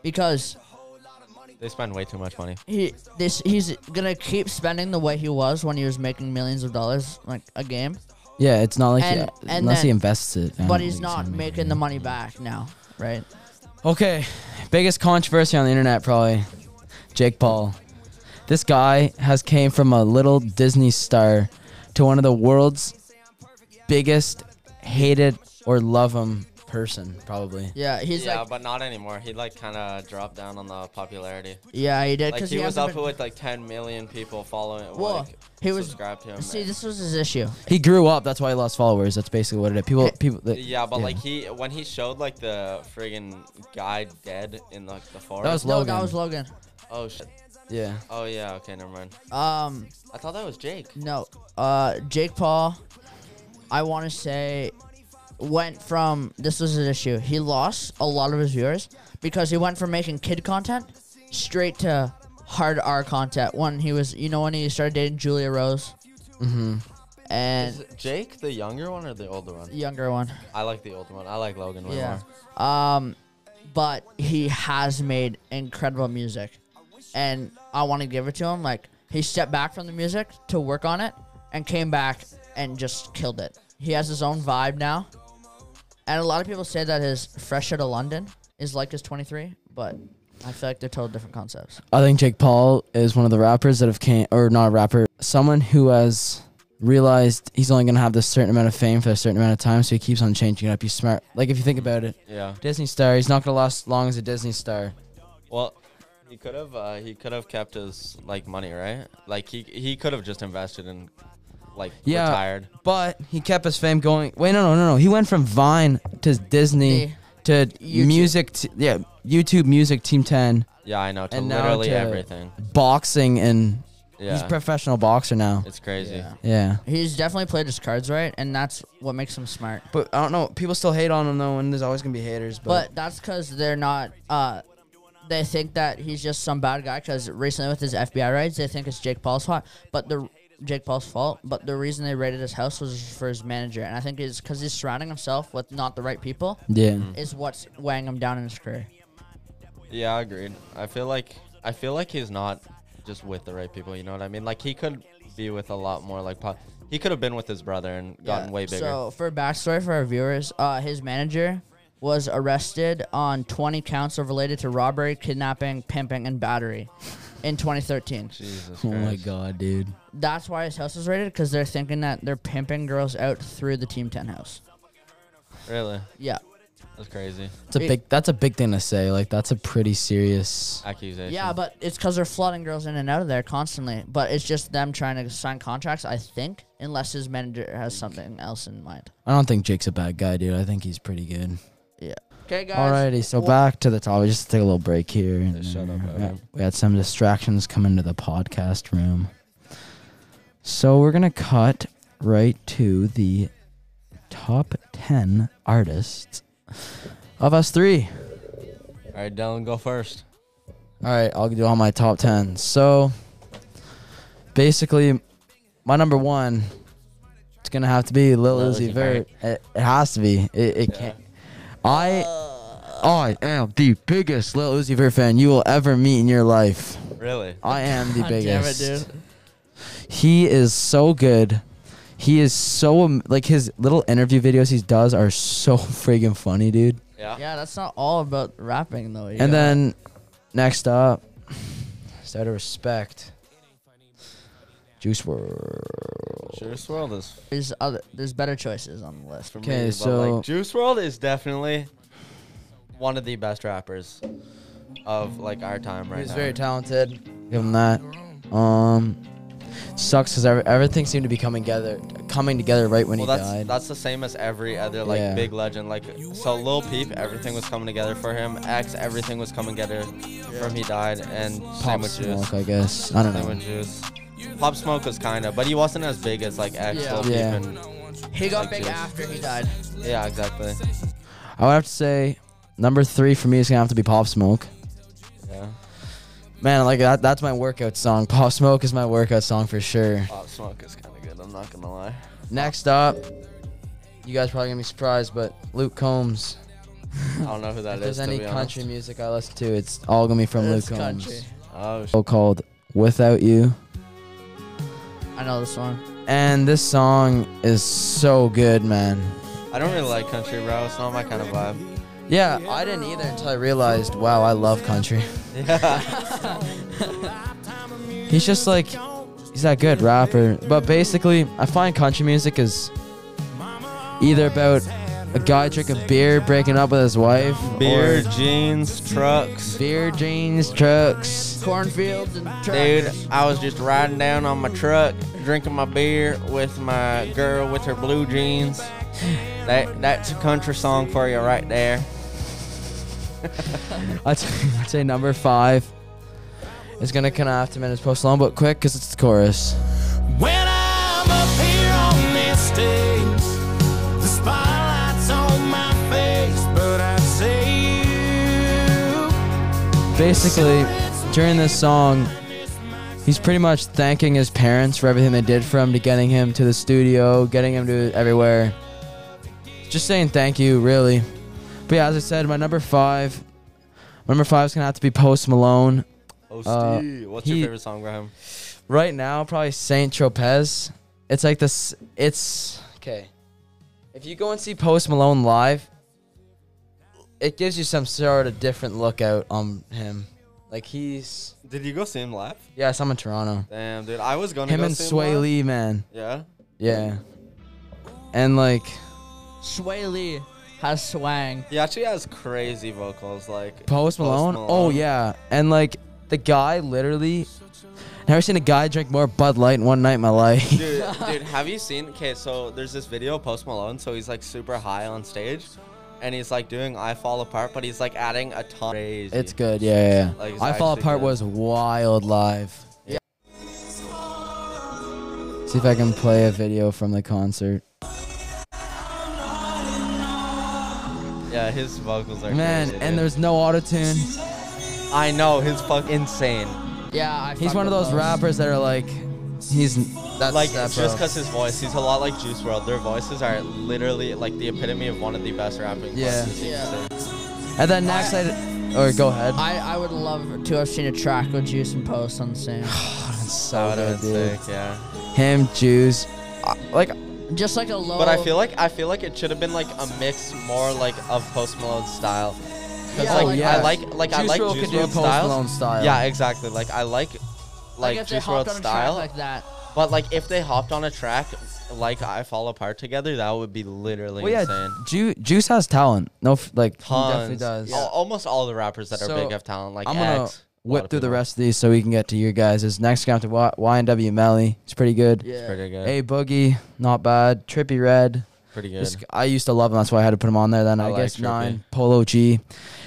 Speaker 2: because
Speaker 3: They spend way too much money.
Speaker 2: he this he's gonna keep spending the way he was when he was making millions of dollars like a game,
Speaker 1: yeah, it's not like
Speaker 2: And-
Speaker 1: he,
Speaker 2: and
Speaker 1: unless he
Speaker 2: then-
Speaker 1: invests it. I
Speaker 2: but
Speaker 1: don't
Speaker 2: he's
Speaker 1: think gonna
Speaker 2: not
Speaker 1: make it.
Speaker 2: making the money back now, right?
Speaker 1: Okay, biggest controversy on the internet probably Jake Paul. This guy has came from a little Disney star to one of the world's biggest hated or love him person probably.
Speaker 2: Yeah, he's
Speaker 3: yeah,
Speaker 2: like,
Speaker 3: but not anymore. He like kind of dropped down on the popularity.
Speaker 2: yeah, he did
Speaker 3: Like
Speaker 2: because
Speaker 3: he,
Speaker 2: he,
Speaker 3: was
Speaker 2: hasn't
Speaker 3: up
Speaker 2: been-
Speaker 3: with like 10 million people following.
Speaker 2: Well,
Speaker 3: like,
Speaker 2: he was-
Speaker 3: subscribed to him.
Speaker 2: See,
Speaker 3: and-
Speaker 2: this was his issue.
Speaker 1: He grew up, that's why he lost followers. That's basically what it is. People people that,
Speaker 3: yeah, but like he when he showed like the friggin' guy dead in like the forest.
Speaker 1: was
Speaker 2: No,
Speaker 1: Logan.
Speaker 2: that was Logan.
Speaker 3: oh shit.
Speaker 1: yeah.
Speaker 3: Oh yeah. Okay, never mind.
Speaker 2: Um,
Speaker 3: I thought that was Jake.
Speaker 2: No, uh, Jake Paul. I want to say went from this was an issue. He lost a lot of his viewers because he went from making kid content straight to hard R content when he was, you know, when he started dating Julia Rose. Mm-hmm.
Speaker 3: Is
Speaker 2: And
Speaker 3: it Jake the younger one or the older one?
Speaker 2: younger one.
Speaker 3: I like the older one. I like Logan way
Speaker 2: Yeah.
Speaker 3: more.
Speaker 2: Um, but he has made incredible music, and I want to give it to him. Like he stepped back from the music to work on it, and came back and just killed it. He has his own vibe now, and a lot of people say that his "Fresh Out of London" is like his "23," but I feel like they're total different concepts.
Speaker 1: I think Jake Paul is one of the rappers that have came, or not a rapper, someone who has realized he's only gonna have this certain amount of fame for a certain amount of time, so he keeps on changing it up. He's smart. Like if you think about it,
Speaker 3: Yeah.
Speaker 1: Disney star, he's not gonna last long as a Disney star.
Speaker 3: Well, he could have uh, he could have kept his like money, right? Like he he could have just invested in like
Speaker 1: Yeah,
Speaker 3: retired.
Speaker 1: but he kept his fame going. Wait, no, no, no, no. He went from Vine to Disney to
Speaker 2: YouTube.
Speaker 1: music, t- yeah, YouTube music, Team Ten,
Speaker 3: Yeah, I know. To
Speaker 1: and now
Speaker 3: literally
Speaker 1: to
Speaker 3: everything.
Speaker 1: boxing, and
Speaker 3: Yeah.
Speaker 1: he's a professional boxer now.
Speaker 3: it's crazy.
Speaker 2: Yeah.
Speaker 1: yeah,
Speaker 2: He's definitely played his cards right, and that's what makes him smart.
Speaker 1: but I don't know. People still hate on him though, and there's always gonna be haters. But,
Speaker 2: But that's because they're not. Uh, they think that he's just some bad guy. Because recently with his FBI raids, they think it's Jake Paul's fault. But the Jake Paul's fault. But the reason they raided his house was for his manager, and I think it's because he's surrounding himself with not the right people.
Speaker 1: yeah,
Speaker 3: Mm.
Speaker 2: Is what's weighing him down in his career.
Speaker 3: Yeah, I agreed. I feel like I feel like he's not just with the right people. You know what I mean? Like he could be with a lot more. Like pop- he could have been with his brother and gotten
Speaker 2: Yeah,
Speaker 3: way bigger.
Speaker 2: So for backstory for our viewers, uh, his manager was arrested on 20 counts of related to robbery, kidnapping, pimping, and battery in 2013.
Speaker 3: Jesus
Speaker 1: oh my
Speaker 3: Christ.
Speaker 1: god, dude.
Speaker 2: that's why his house is raided because they're thinking that they're pimping girls out through the Team 10 house.
Speaker 3: Really?
Speaker 2: Yeah.
Speaker 3: That's crazy.
Speaker 1: It's a
Speaker 2: It-
Speaker 1: big. That's a big thing to say. Like that's a pretty serious.
Speaker 3: Accusation.
Speaker 2: Yeah, but it's because they're flooding girls in and out of there constantly. But it's just them trying to sign contracts, I think, unless his manager has something else in mind.
Speaker 1: I don't think Jake's a bad guy, dude. I think he's pretty good.
Speaker 2: Yeah. Okay, guys.
Speaker 1: Alrighty, so
Speaker 2: Wha-
Speaker 1: back to the topic. Just take a little break here. And
Speaker 3: shut up,
Speaker 1: we, had,
Speaker 3: Evan.
Speaker 1: we had some distractions come into the podcast room. So we're gonna cut right to the top ten artists of us three.
Speaker 3: All right, Dylan, go first.
Speaker 1: All right, I'll do all my top 10. So basically, my number one, it's going to have to be Lil
Speaker 3: Lil
Speaker 1: Uzi
Speaker 3: Uzi
Speaker 1: Vert. It, it has to be. It, it can't. I, I am the biggest Lil Uzi Vert fan you will ever meet in your life.
Speaker 3: Really?
Speaker 1: I am the
Speaker 2: God damn it,
Speaker 1: biggest.
Speaker 2: dude.
Speaker 1: He is so good. He is so, am- like, his little interview videos he does are so friggin' funny, dude.
Speaker 3: Yeah.
Speaker 2: Yeah, that's not all about rapping, though.
Speaker 1: And
Speaker 2: you gotta-
Speaker 1: then next up, just out of respect, Juice World.
Speaker 3: Juice World is
Speaker 2: There's, other, there's better choices on the list.
Speaker 3: for me.
Speaker 1: 'Kay,
Speaker 3: but,
Speaker 1: so-
Speaker 3: like, Juice World is definitely one of the best rappers of like our time right
Speaker 1: He's
Speaker 3: now.
Speaker 1: very talented. Give him that. Um, sucks because everything seemed to be coming together, coming together right when
Speaker 3: Well,
Speaker 1: he
Speaker 3: that's
Speaker 1: died.
Speaker 3: that's the same as every other like
Speaker 1: Yeah.
Speaker 3: big legend. Like so, Lil Peep, everything was coming together for him. X, everything was coming together from he died, and same
Speaker 1: Pop
Speaker 3: with
Speaker 1: Smoke,
Speaker 3: Juice.
Speaker 1: I guess. I don't
Speaker 3: Same with
Speaker 1: know.
Speaker 3: Juice. Pop Smoke was kind of, but he wasn't as big as like X,
Speaker 2: Yeah.
Speaker 3: Lil Peep,
Speaker 1: Yeah.
Speaker 3: and
Speaker 2: He got
Speaker 3: Like
Speaker 2: big
Speaker 3: Juice.
Speaker 2: after he died.
Speaker 3: yeah, exactly.
Speaker 1: I would have to say number three for me is gonna have to be Pop Smoke.
Speaker 3: Yeah,
Speaker 1: Man, like that, that's my workout song. Pop Smoke is my workout song for sure.
Speaker 3: Pop Smoke is kind of good. I'm not gonna lie.
Speaker 1: Next up, you guys probably gonna be surprised, but Luke Combs.
Speaker 3: I don't know who that
Speaker 1: If
Speaker 3: is.
Speaker 1: there's
Speaker 3: to
Speaker 1: any
Speaker 3: be honest.
Speaker 1: country music I listen to, it's all gonna be from Luke
Speaker 2: It's
Speaker 1: Combs.
Speaker 2: country.
Speaker 3: Oh, sh-
Speaker 1: Song Called "Without You,"
Speaker 2: I know this one.
Speaker 1: and this song is so good, man.
Speaker 3: I don't really like country, bro. It's not my kind of vibe.
Speaker 1: Yeah, I didn't either until I realized, wow, I love country.
Speaker 3: Yeah,
Speaker 1: He's just like, he's that good rapper. But basically, I find country music is either about a guy drinking beer, breaking up with his wife,
Speaker 3: beer,
Speaker 1: or
Speaker 3: jeans, trucks.
Speaker 1: beer, jeans, trucks.
Speaker 2: Cornfields and
Speaker 3: Dude,
Speaker 2: tractors.
Speaker 3: I was just riding down on my truck, drinking my beer with my girl with her blue jeans. That that's a country song for you right there.
Speaker 1: I'd say, I'd say number five is gonna come after minutes post long, but quick, cause it's the chorus.
Speaker 7: When I'm up here on this stage, the spotlight's on my face, but I say you.
Speaker 1: basically during this song he's pretty much thanking his parents for everything they did for him to getting him to the studio getting him to everywhere just saying thank you really but yeah as i said my number five my number five is gonna have to be post malone
Speaker 3: Oh,
Speaker 1: Uh,
Speaker 3: Steve, what's
Speaker 1: he-
Speaker 3: your favorite song, Graham?
Speaker 1: right now probably saint tropez it's like this it's okay if you go and see post malone live it gives you some sort of different look out on him like he's
Speaker 3: Did you go see him live?
Speaker 1: yes i'm in toronto
Speaker 3: Damn, dude, I was gonna
Speaker 1: Him
Speaker 3: go
Speaker 1: and
Speaker 3: see
Speaker 1: Sway
Speaker 3: live.
Speaker 1: Lee, man.
Speaker 3: Yeah,
Speaker 1: Yeah. And like,
Speaker 2: Sway Lee has swang.
Speaker 3: he actually has crazy vocals. Like
Speaker 1: Post Malone. Oh yeah. And like, the guy literally. Never seen a guy drink more Bud Light in one night in my life.
Speaker 3: Dude, dude, have you seen? Okay, so there's this video of Post Malone. So he's like super high on stage, and he's like doing "I Fall Apart," but he's like adding a ton. Crazy.
Speaker 1: It's good. Yeah, yeah. yeah.
Speaker 3: Like, it's
Speaker 1: I Fall
Speaker 3: actually
Speaker 1: Apart
Speaker 3: good.
Speaker 1: was wild live.
Speaker 2: Yeah.
Speaker 1: See if I can play a video from the concert.
Speaker 3: Yeah, his vocals are
Speaker 1: Man,
Speaker 3: crazy,
Speaker 1: and
Speaker 3: dude.
Speaker 1: there's no auto tune.
Speaker 3: I know his fuck insane.
Speaker 2: Yeah, I
Speaker 1: He's
Speaker 2: fuck
Speaker 1: one of
Speaker 2: with
Speaker 1: those rappers that are like, he's that's
Speaker 3: Like
Speaker 1: that
Speaker 3: it's just
Speaker 1: bro.
Speaker 3: because his voice, he's a lot like Juice World. Their voices are literally like the epitome of one of the best rapping.
Speaker 1: Yeah.
Speaker 3: voices you can see.
Speaker 1: And then next, I, or go ahead.
Speaker 2: I, I would love to have seen a track with Juice and Post on the same.
Speaker 3: That
Speaker 1: so
Speaker 3: would
Speaker 1: good,
Speaker 3: have been
Speaker 1: dude.
Speaker 3: sick. Yeah.
Speaker 1: Him, Jews. Like,
Speaker 2: Just like a low.
Speaker 3: But I
Speaker 1: Oh.
Speaker 3: feel like I feel like it should have been like a mix more like of Post Malone's style. 'Cause,
Speaker 2: Yeah,
Speaker 3: like,
Speaker 2: like
Speaker 3: I
Speaker 2: that.
Speaker 3: like like
Speaker 1: oh,
Speaker 3: I
Speaker 1: Juice
Speaker 3: like
Speaker 1: WRLD
Speaker 3: Juice
Speaker 1: could do
Speaker 3: World
Speaker 1: a Post Malone style.
Speaker 3: Yeah, exactly. Like I like like,
Speaker 2: if they
Speaker 3: Juice
Speaker 2: hopped
Speaker 3: World
Speaker 2: on a track
Speaker 3: style.
Speaker 2: like that.
Speaker 3: but like if they hopped on a track like I Fall Apart together, that would be literally
Speaker 1: well, yeah,
Speaker 3: insane.
Speaker 1: Ju- Juice has talent. No, f- like,
Speaker 3: Tons.
Speaker 1: he definitely does.
Speaker 3: Al- almost all the rappers that are
Speaker 1: So,
Speaker 3: big have talent. Like
Speaker 1: I'm gonna
Speaker 3: X, a lot
Speaker 1: whip
Speaker 3: of
Speaker 1: through the
Speaker 3: people.
Speaker 1: rest of these so we can get to your guys. Is next going to y- YNW Melly. It's pretty good.
Speaker 2: Yeah.
Speaker 3: Pretty good.
Speaker 1: A Boogie, not bad. Trippy Red.
Speaker 3: Pretty good.
Speaker 1: Just, I used to love him. That's why I had to put him on there. Then I,
Speaker 3: I like
Speaker 1: guess
Speaker 3: Trippie.
Speaker 1: nine Polo G,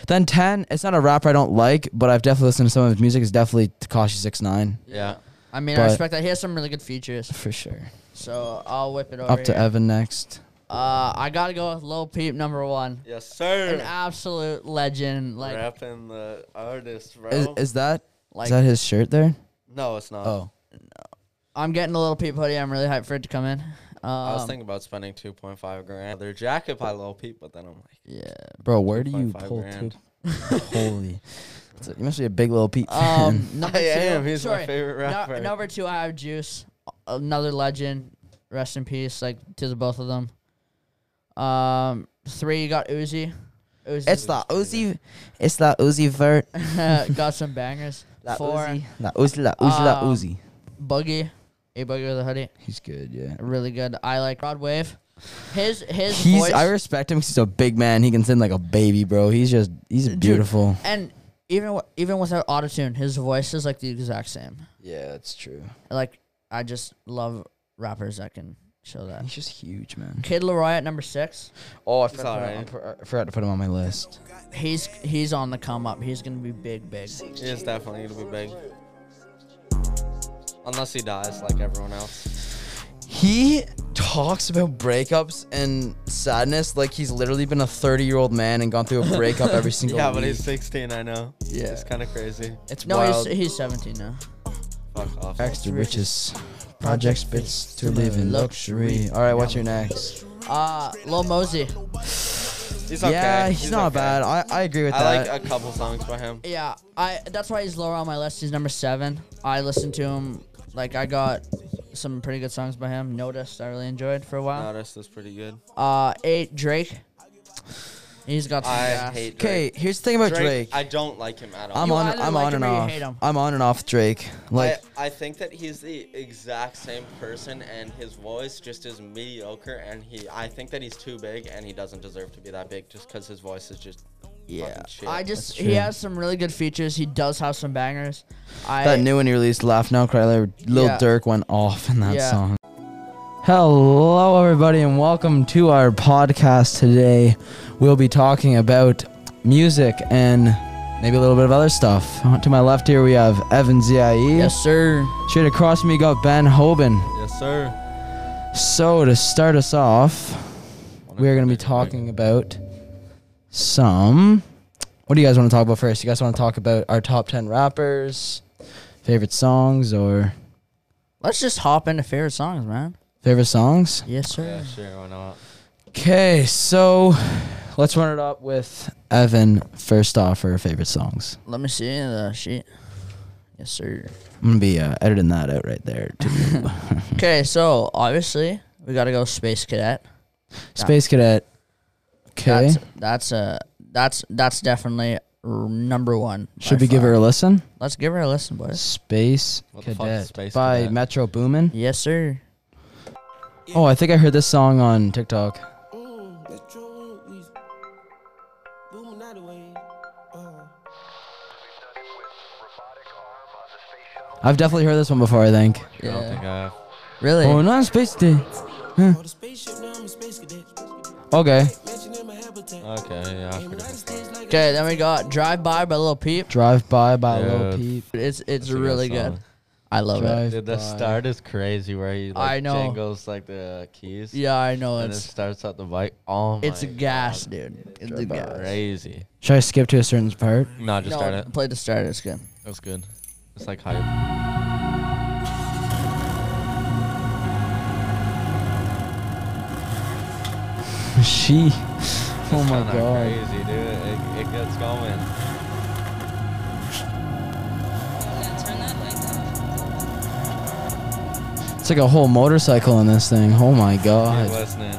Speaker 1: then ten. It's not a rapper I don't like, but I've definitely listened to some of his music. It's definitely Takashi Six Nine
Speaker 3: yeah.
Speaker 2: I mean, I
Speaker 1: But-
Speaker 2: respect that. He has some really good features.
Speaker 1: for sure.
Speaker 2: So I'll whip it over.
Speaker 1: Up to
Speaker 2: here.
Speaker 1: Evan next.
Speaker 2: Uh, I gotta go with Lil Peep number one.
Speaker 3: Yes,
Speaker 2: An
Speaker 1: uh,
Speaker 3: sir.
Speaker 2: absolute legend. Like
Speaker 3: Rapping the artist, bro.
Speaker 1: Is, is that is
Speaker 2: like
Speaker 1: that his shirt there?
Speaker 3: no, it's not.
Speaker 1: Oh,
Speaker 2: I'm getting a Lil Peep hoodie. I'm really hyped for it to come in. Um,
Speaker 3: I was thinking about spending 2.5 grand. Their jacket by Lil Peep, but then I'm like,
Speaker 2: Yeah.
Speaker 1: bro, where do you
Speaker 3: 2.5
Speaker 1: pull two?
Speaker 3: grand.
Speaker 1: Holy, It's a- you must be a big little peep fan.
Speaker 2: Um, number
Speaker 3: I
Speaker 2: two,
Speaker 3: am. He's my
Speaker 2: sorry.
Speaker 3: favorite
Speaker 2: No-
Speaker 3: rapper.
Speaker 2: number two, I have Juice, another legend. Rest in peace, like to the both of them. Um, three, you got Uzi. Uzi
Speaker 1: it's the Uzi, it's the Uzi vert.
Speaker 2: got some bangers.
Speaker 1: La
Speaker 2: Four,
Speaker 1: Uzi, la Uzi, la Uzi, la
Speaker 2: Um,
Speaker 1: Uzi.
Speaker 2: Boogie, a Boogie with a hoodie,
Speaker 1: He's good, yeah.
Speaker 2: really good. I like Rod Wave. His his
Speaker 1: He's
Speaker 2: voice
Speaker 1: I respect him. 'cause He's a big man. He can sing like a baby, bro. He's just he's beautiful.
Speaker 2: and even wi- even without autotune, his voice is like the exact same.
Speaker 1: Yeah, that's true.
Speaker 2: Like I just love rappers that can show that.
Speaker 1: He's just huge, man.
Speaker 2: Kid Leroy at number six.
Speaker 1: Oh, I
Speaker 3: all
Speaker 1: forgot, to
Speaker 3: right.
Speaker 1: put him on- I forgot to put him on my list.
Speaker 2: He's he's on the come up. He's gonna be big, big.
Speaker 3: He is definitely gonna be big. Unless he dies like everyone else.
Speaker 1: He talks about breakups and sadness like he's literally been a 30 year old man and gone through a breakup every single
Speaker 3: Yeah, but
Speaker 1: week.
Speaker 3: he's 16. I know.
Speaker 1: Yeah.
Speaker 3: it's kind of crazy.
Speaker 1: it's
Speaker 2: No,
Speaker 1: wild.
Speaker 2: he's he's seventeen now.
Speaker 3: Fuck off.
Speaker 1: Extra riches. Project spits to live in luxury.
Speaker 2: Luxury.
Speaker 1: All right, what's your next?
Speaker 2: Uh, Lil Mosey.
Speaker 3: He's okay.
Speaker 1: Yeah, he's, not
Speaker 3: okay.
Speaker 1: bad. I, I agree with
Speaker 3: I
Speaker 1: that.
Speaker 3: like uh, a couple songs by him.
Speaker 2: Yeah, I. That's why he's lower on my list. He's number seven. I listened to him. Like I got some pretty good songs by him. Noticed, I really enjoyed for a while.
Speaker 3: Notice is pretty good.
Speaker 2: Uh, eight Drake. He's got. Some
Speaker 3: I
Speaker 2: gas.
Speaker 3: hate
Speaker 1: okay,
Speaker 3: Drake.
Speaker 1: here's the thing about Drake.
Speaker 3: I don't like him at all.
Speaker 1: I'm
Speaker 2: You
Speaker 1: on.
Speaker 2: either
Speaker 1: I'm
Speaker 2: like
Speaker 1: on
Speaker 2: him
Speaker 1: and
Speaker 2: or you
Speaker 1: off.
Speaker 2: hate him.
Speaker 1: I'm on and off Drake. Like
Speaker 3: I, I think that he's the exact same person, and his voice just is mediocre. And he, I think that he's too big, and he doesn't deserve to be that big just because his voice is just
Speaker 1: yeah,
Speaker 3: fucking shit.
Speaker 2: I just
Speaker 1: That's
Speaker 2: he
Speaker 1: true.
Speaker 2: has some really good features. He does have some bangers. I
Speaker 1: that new one he released, "Laugh Now, Cry Later." Lil
Speaker 2: Yeah.
Speaker 1: Durk went off in that
Speaker 2: Yeah.
Speaker 1: song. Hello, everybody, and welcome to our podcast today. We'll be talking about music and maybe a little bit of other stuff. To my left here, we have Evan Zia.
Speaker 2: yes sir.
Speaker 1: Straight across from me, got Ben Hoban.
Speaker 3: yes, sir.
Speaker 1: So to start us off, we are going to be talking about some. What do you guys want to talk about first? You guys want to talk about our top ten rappers, favorite songs, or
Speaker 2: Let's just hop into favorite songs, man.
Speaker 1: favorite songs?
Speaker 2: Yes sir.
Speaker 3: Yeah, sure. Why not?
Speaker 1: Okay, so let's run it up with Evan first off for favorite songs.
Speaker 2: Let me see the sheet. Yes sir.
Speaker 1: I'm gonna be uh, editing that out right there. Too.
Speaker 2: Okay, so obviously we gotta go Space Cadet.
Speaker 1: Space Cadet. Okay,
Speaker 2: That's that's a that's that's definitely r- number one. by
Speaker 1: should we give
Speaker 2: far.
Speaker 1: her a listen?
Speaker 2: Let's give her a listen, boys.
Speaker 1: Space
Speaker 3: What the fuck is
Speaker 1: Cadet
Speaker 3: Space
Speaker 1: by
Speaker 3: Cadet?
Speaker 1: Metro Boomin.
Speaker 2: Yes sir.
Speaker 1: Oh, I think I heard this song on TikTok.
Speaker 4: Mm, that's true, please. Booming out of way. Uh,
Speaker 1: I've definitely heard this one before, I think.
Speaker 3: I don't think
Speaker 2: Yeah.
Speaker 3: I have.
Speaker 2: Really?
Speaker 1: Oh, not space day.
Speaker 4: oh, the spaceship now I'm a space cadet.
Speaker 1: Okay.
Speaker 4: Mansion in my habitat.
Speaker 7: Uh,
Speaker 3: Okay, yeah. I
Speaker 4: And right
Speaker 3: forget.
Speaker 4: stage like
Speaker 2: Okay, then we got Drive By by Lil Peep.
Speaker 1: Drive by by Lil
Speaker 3: Yeah.
Speaker 1: Peep.
Speaker 2: It's it's
Speaker 3: a good
Speaker 2: really
Speaker 3: song.
Speaker 2: good. I love it.
Speaker 1: Drive
Speaker 3: Dude, the
Speaker 1: by.
Speaker 3: start is crazy where he like
Speaker 2: I know.
Speaker 3: jangles like the keys.
Speaker 2: Yeah, I know
Speaker 3: And it
Speaker 2: it's
Speaker 3: starts at the bike. Oh my
Speaker 2: it's a gas, dude. It's a
Speaker 1: Drive By.
Speaker 2: gas.
Speaker 3: Crazy.
Speaker 1: Should I skip to a certain part?
Speaker 3: No, just start
Speaker 2: No,
Speaker 3: it.
Speaker 2: play the start. It's good.
Speaker 3: That's good. It's like hype.
Speaker 1: she. Oh
Speaker 3: It's
Speaker 1: my
Speaker 3: kinda
Speaker 1: god.
Speaker 3: Crazy, dude. It, it gets going.
Speaker 5: Yeah, turn that light off.
Speaker 1: It's like a whole motorcycle in this thing. Oh my
Speaker 3: Keep
Speaker 1: god.
Speaker 3: listening.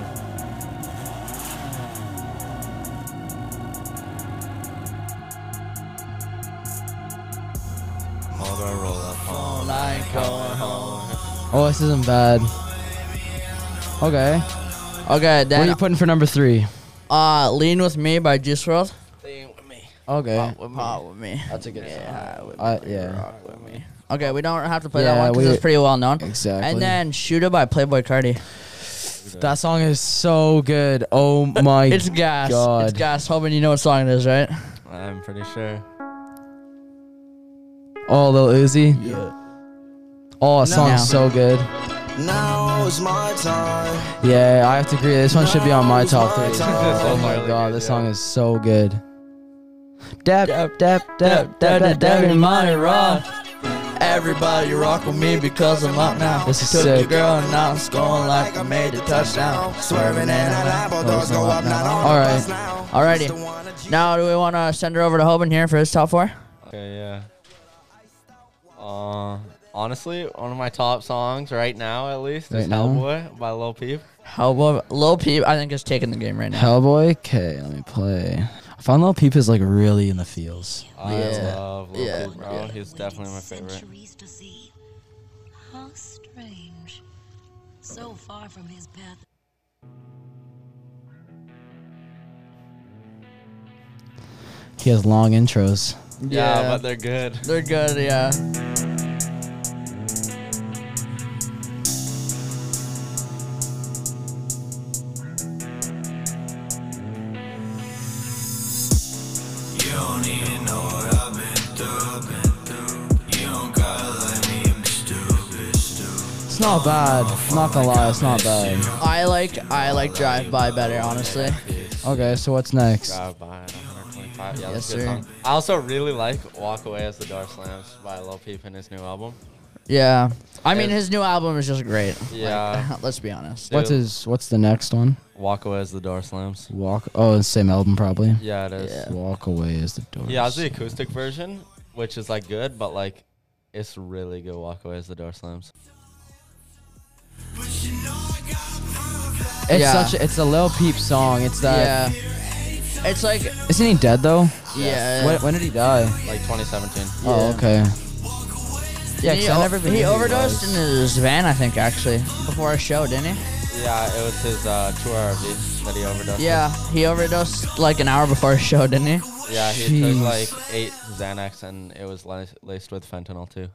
Speaker 3: Motorola phone.
Speaker 1: Oh, this isn't bad. Okay.
Speaker 2: Okay,
Speaker 1: What are you
Speaker 2: then
Speaker 1: putting for number three?
Speaker 2: uh, "Lean with Me" by Juice World.
Speaker 1: Okay.
Speaker 2: Pop with me.
Speaker 1: That's a good
Speaker 2: Yeah, with
Speaker 1: Uh,
Speaker 2: me,
Speaker 1: yeah.
Speaker 2: rock with me. Okay, we don't have to play that
Speaker 1: Yeah,
Speaker 2: one because
Speaker 1: we-
Speaker 2: it's pretty well known.
Speaker 1: Exactly.
Speaker 2: And then "Shooter" by Playboy Cardi.
Speaker 1: that song is so good. Oh my
Speaker 2: It's gas.
Speaker 1: God.
Speaker 2: It's gas. Hoping you know what song it is, right?
Speaker 3: I'm pretty sure.
Speaker 1: Oh, Lil Uzi. Yeah. Oh, that song's
Speaker 2: No.
Speaker 1: so good.
Speaker 6: Now it's my time.
Speaker 1: Yeah, I have to agree. This one should be on my top three. Oh
Speaker 3: That's
Speaker 1: my
Speaker 3: really
Speaker 1: god,
Speaker 3: good,
Speaker 1: this
Speaker 3: yeah.
Speaker 1: song is so good. Dab, dab, dab, dab, dab, dab, dab, in my rock.
Speaker 2: Everybody rock with me because I'm up now.
Speaker 1: This is
Speaker 2: Took
Speaker 1: sick.
Speaker 2: your girl and now I'm scoring like I made a touchdown.
Speaker 6: Swerving and I lie, both doors go up, not all
Speaker 1: All
Speaker 6: of
Speaker 1: right.
Speaker 6: us now.
Speaker 2: Alrighty.
Speaker 6: Just the one that you-
Speaker 2: Now, do we want to send her over to Hoban here for his top four?
Speaker 3: Okay, yeah. Uh, honestly, one of my top songs right now, at least,
Speaker 1: Right
Speaker 3: is
Speaker 1: now?
Speaker 3: Hellboy by Lil Peep.
Speaker 2: How about Lil Peep? I think is taking the game right now.
Speaker 1: Hellboy. Okay, let me play. I found Lil Peep is like really in the feels.
Speaker 3: I
Speaker 2: Yeah.
Speaker 3: love Lil
Speaker 2: Yeah.
Speaker 3: Peep, bro. He's
Speaker 5: Waited
Speaker 3: definitely my favorite.
Speaker 5: Centuries to see. How strange. So far from his path.
Speaker 1: He has long intros.
Speaker 3: Yeah, but they're good.
Speaker 2: they're good. Yeah.
Speaker 7: You don't even know what I've been through, been through. You don't gotta let me in, be stupid, stupid.
Speaker 1: It's not bad. I'm not gonna lie, it's not bad.
Speaker 2: I like I like Drive By better, honestly.
Speaker 1: Okay, so what's next?
Speaker 3: Drive by at 125. Yeah,
Speaker 2: Yes,
Speaker 3: that's a good
Speaker 2: sir.
Speaker 3: song. I also really like Walk Away as the Door Slams by Lil Peep in his new album.
Speaker 2: Yeah. I mean,
Speaker 3: Yeah.
Speaker 2: his new album is just great. Like,
Speaker 3: Yeah.
Speaker 2: let's be honest.
Speaker 1: What's
Speaker 3: Dude,
Speaker 1: his What's the next one?
Speaker 3: Walk Away as the Door Slams.
Speaker 1: Walk. Oh, it's the same album probably.
Speaker 3: Yeah, it is.
Speaker 2: Yeah.
Speaker 1: Walk away is the door.
Speaker 3: He has the acoustic version, which is like good, but like it's really good. Walk away as the door slams.
Speaker 1: It's
Speaker 2: Yeah.
Speaker 1: such. A, it's a Lil Peep song. It's that.
Speaker 2: yeah. It's like
Speaker 1: Isn't he dead though?
Speaker 2: yeah.
Speaker 1: When, when did he die?
Speaker 3: Like 2017.
Speaker 1: Oh,
Speaker 2: Yeah.
Speaker 1: okay. Yeah, 'cause
Speaker 2: he,
Speaker 1: I
Speaker 2: o-
Speaker 1: never
Speaker 2: he
Speaker 1: believed he
Speaker 2: overdosed
Speaker 1: was.
Speaker 2: in his van, I think, actually, before a show, didn't he?
Speaker 3: Yeah, it was his uh, tour RV that he overdosed. on.
Speaker 2: Yeah, he overdosed like an hour before a show, didn't he?
Speaker 3: Yeah, he
Speaker 1: Jeez.
Speaker 3: took like eight Xanax and it was li- laced with fentanyl too.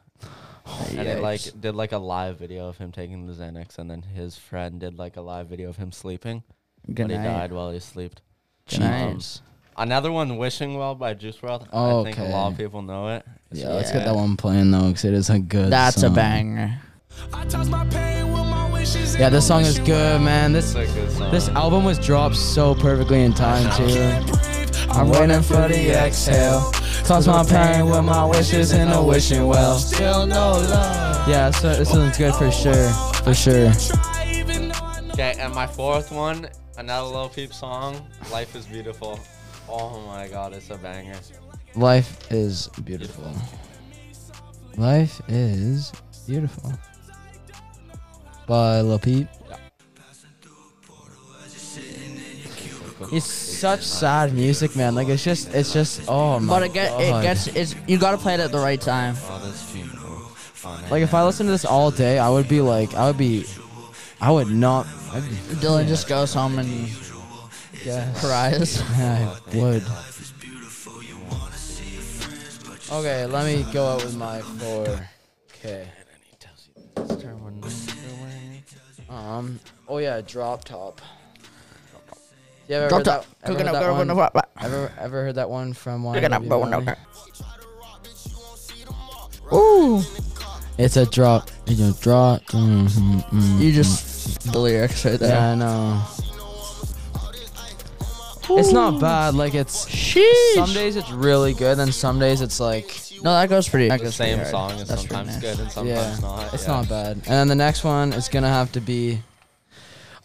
Speaker 3: And it
Speaker 2: Yikes.
Speaker 3: like did like a live video of him taking the Xanax, and then his friend did like a live video of him sleeping,
Speaker 2: Good
Speaker 3: but he
Speaker 2: night.
Speaker 3: died while he slept.
Speaker 2: Good night.
Speaker 1: Jeez.
Speaker 3: Another one, "Wishing Well" by Juice World. I think
Speaker 1: Okay.
Speaker 3: a lot of people know it.
Speaker 1: Yeah, let's get
Speaker 2: Yeah.
Speaker 1: that one playing though, cause it is a good.
Speaker 2: That's a
Speaker 1: song.
Speaker 2: banger.
Speaker 7: I toss my pain with my wishes.
Speaker 1: Yeah, this song is good, man. This
Speaker 3: It's a good song.
Speaker 1: this album was dropped so perfectly in time too. I'm waiting for the exhale. Toss my pain with my wishes in a wishing well. Still no love. Yeah, so this one's good for sure. For sure.
Speaker 3: Okay, and my fourth one, another Lil Peep song, "Life Is Beautiful." Oh my God, it's a banger.
Speaker 1: Life is beautiful. Life is beautiful. By Lil Peep. It's such sad music, man. Like it's just, it's just, oh my.
Speaker 2: But it, get, it
Speaker 1: God.
Speaker 2: gets it's you gotta play it at the right time.
Speaker 3: Oh, that's beautiful.
Speaker 1: Like if I listened to this all day, I would be like, I would be, I would not. I'd be,
Speaker 2: Dylan just goes home and
Speaker 1: yes,
Speaker 2: cries.
Speaker 1: I would. Okay, let me go out with my four. Okay. Um. Oh yeah, drop top. You ever
Speaker 2: Drop
Speaker 1: heard
Speaker 2: top.
Speaker 1: That, ever, heard that one, ever ever heard that one from one?
Speaker 2: Ooh.
Speaker 1: It's a drop. You know, drop. mhm, mhm.
Speaker 2: You just the lyrics right there.
Speaker 1: Yeah, I know. It's not bad. Like it's
Speaker 2: Sheesh.
Speaker 1: some days it's really good, and some days it's like
Speaker 2: No, that goes pretty. That
Speaker 3: The
Speaker 2: goes
Speaker 3: same
Speaker 2: pretty hard.
Speaker 3: song is
Speaker 2: That's pretty
Speaker 3: sometimes
Speaker 2: nice.
Speaker 3: good and
Speaker 1: yeah,
Speaker 3: sometimes not.
Speaker 1: it's
Speaker 3: yeah.
Speaker 1: not bad. And then the next one is gonna have to be.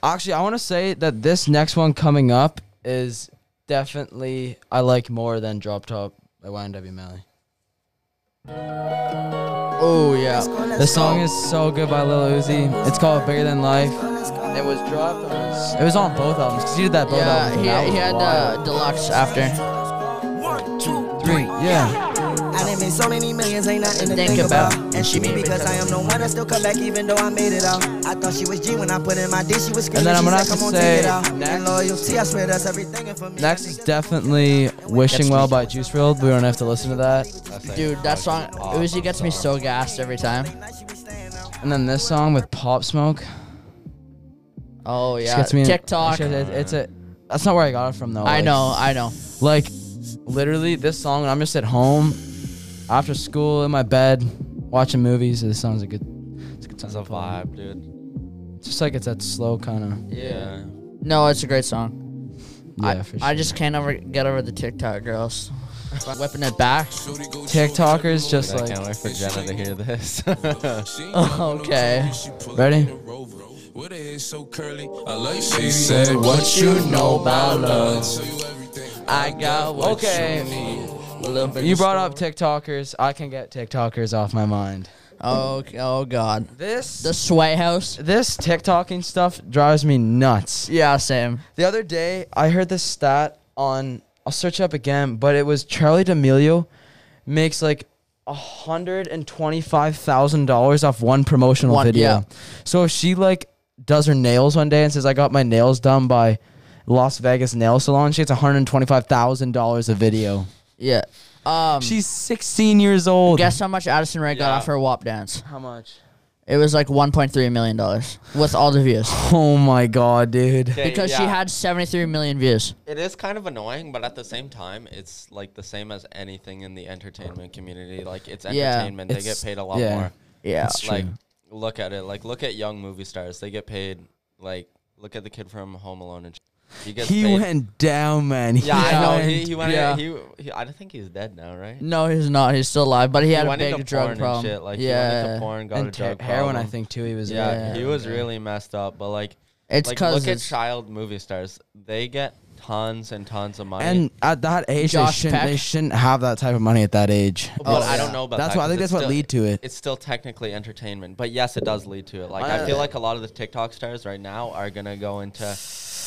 Speaker 1: Actually, I want to say that this next one coming up is definitely I like more than Drop Top by YNW Melly.
Speaker 2: Oh yeah.
Speaker 1: The song is so good by Lil Uzi. It's called Bigger Than Life. And it was dropped on his- It was on both albums because he did that both albums.
Speaker 2: Yeah,
Speaker 1: and that
Speaker 2: he, he
Speaker 1: was
Speaker 2: had
Speaker 1: wild.
Speaker 2: uh, deluxe after.
Speaker 1: three. Yeah.
Speaker 6: I done made so many millions, ain't nothing to
Speaker 2: Think
Speaker 6: think,
Speaker 2: about.
Speaker 6: about. And she me because I am no one, I still come back even though I made it out. I thought she was G when I put in my D, she
Speaker 1: And
Speaker 6: was screaming.
Speaker 1: then I'm
Speaker 6: she
Speaker 1: gonna have
Speaker 6: said,
Speaker 1: to
Speaker 6: Come on, take
Speaker 1: say
Speaker 6: it out.
Speaker 1: next-
Speaker 6: And loyalty, I swear that's everything. And for me,
Speaker 1: Next is definitely Wishing Well by Juice WRLD. We don't have to listen to that.
Speaker 3: That's like-
Speaker 2: Dude, that song Uzi gets me so gassed every time.
Speaker 1: And then this song with Pop Smoke.
Speaker 2: Oh
Speaker 1: Just
Speaker 2: yeah.
Speaker 1: gets me in-
Speaker 2: TikTok.
Speaker 1: Actually, It's, it's a. That's not where I got it from though.
Speaker 2: I
Speaker 1: like-
Speaker 2: know, I know.
Speaker 1: Like, literally, this song. When I'm just at home, after school, in my bed, watching movies. This song's a good. It's a good song.
Speaker 3: It's
Speaker 1: to
Speaker 3: a
Speaker 1: play.
Speaker 3: vibe, dude.
Speaker 1: Just like it's that slow kind of.
Speaker 3: Yeah.
Speaker 2: No, it's a great song.
Speaker 1: Yeah,
Speaker 2: I,
Speaker 1: for sure.
Speaker 2: I just can't ever get over the TikTok girls. Whipping it back.
Speaker 1: TikTokers just
Speaker 3: I
Speaker 1: like.
Speaker 3: can't wait for Jenna to hear this.
Speaker 2: okay.
Speaker 1: Ready?
Speaker 7: With her hair so curly, I like she said, What you know about love?
Speaker 2: I got what
Speaker 1: Okay. You brought up TikTokers. I can get TikTokers off my mind.
Speaker 2: Okay. Oh God.
Speaker 1: This
Speaker 2: The Sway House.
Speaker 1: this TikToking stuff drives me nuts.
Speaker 2: Yeah, same.
Speaker 1: The other day, I heard this stat on. I'll search up again, but it was Charlie D'Amelio makes like hundred and twenty-five thousand dollars off one promotional
Speaker 2: One-
Speaker 1: video.
Speaker 2: yeah.
Speaker 1: So if she like does her nails one day and says, "I got my nails done by Las Vegas Nail Salon," she gets one hundred twenty-five thousand dollars a video.
Speaker 2: Yeah. Um,
Speaker 1: She's 16 years old.
Speaker 2: guess how much Addison Rae got
Speaker 3: Yeah.
Speaker 2: off her WAP dance?
Speaker 1: how much?
Speaker 2: It was like 1.3 million dollars with all the views
Speaker 1: Oh my god, dude.
Speaker 3: Okay,
Speaker 2: because she
Speaker 3: yeah.
Speaker 2: had 73 million views.
Speaker 3: It is kind of annoying, but at the same time, it's like the same as anything in the entertainment community. Like it's
Speaker 2: Yeah,
Speaker 3: entertainment; they
Speaker 1: it's-
Speaker 3: get paid a lot
Speaker 1: yeah.
Speaker 3: more.
Speaker 2: Yeah,
Speaker 1: It's
Speaker 3: Like
Speaker 1: true.
Speaker 3: look at it. Like look at young movie stars; they get paid. Like look at the kid from Home Alone, and sh- he gets
Speaker 1: He
Speaker 3: paid.
Speaker 1: went down, man. He
Speaker 3: yeah, I know.
Speaker 1: went-
Speaker 3: He, he went.
Speaker 2: yeah.
Speaker 3: He, he, I don't think he's dead now, right?
Speaker 2: no, he's not. He's still alive, but he, had a
Speaker 3: went into
Speaker 2: big drug
Speaker 3: porn
Speaker 2: problem.
Speaker 3: And shit. Like
Speaker 2: yeah,
Speaker 3: he went into porn, got a
Speaker 1: and
Speaker 3: drug
Speaker 1: ter- heroin, I
Speaker 3: problem.
Speaker 1: think too. He was.
Speaker 3: Yeah,
Speaker 2: Yeah,
Speaker 3: he was
Speaker 1: yeah.
Speaker 3: really messed up. But like,
Speaker 2: it's
Speaker 3: like look
Speaker 2: because
Speaker 3: at child movie stars; they get tons and tons of money.
Speaker 1: And at that age, they
Speaker 2: Josh
Speaker 1: shouldn't, they
Speaker 2: Peck.
Speaker 1: shouldn't have that type of money at that age.
Speaker 3: But
Speaker 2: Oh,
Speaker 3: I
Speaker 2: yeah.
Speaker 3: don't know about
Speaker 1: That's
Speaker 3: that
Speaker 1: why I
Speaker 3: 'cause
Speaker 1: think
Speaker 3: it's
Speaker 1: that's what
Speaker 3: still-
Speaker 1: lead to it.
Speaker 3: It's still technically entertainment, but yes, it does lead to it. Like I,
Speaker 1: I-
Speaker 3: feel like a lot of the TikTok stars right now are gonna go into.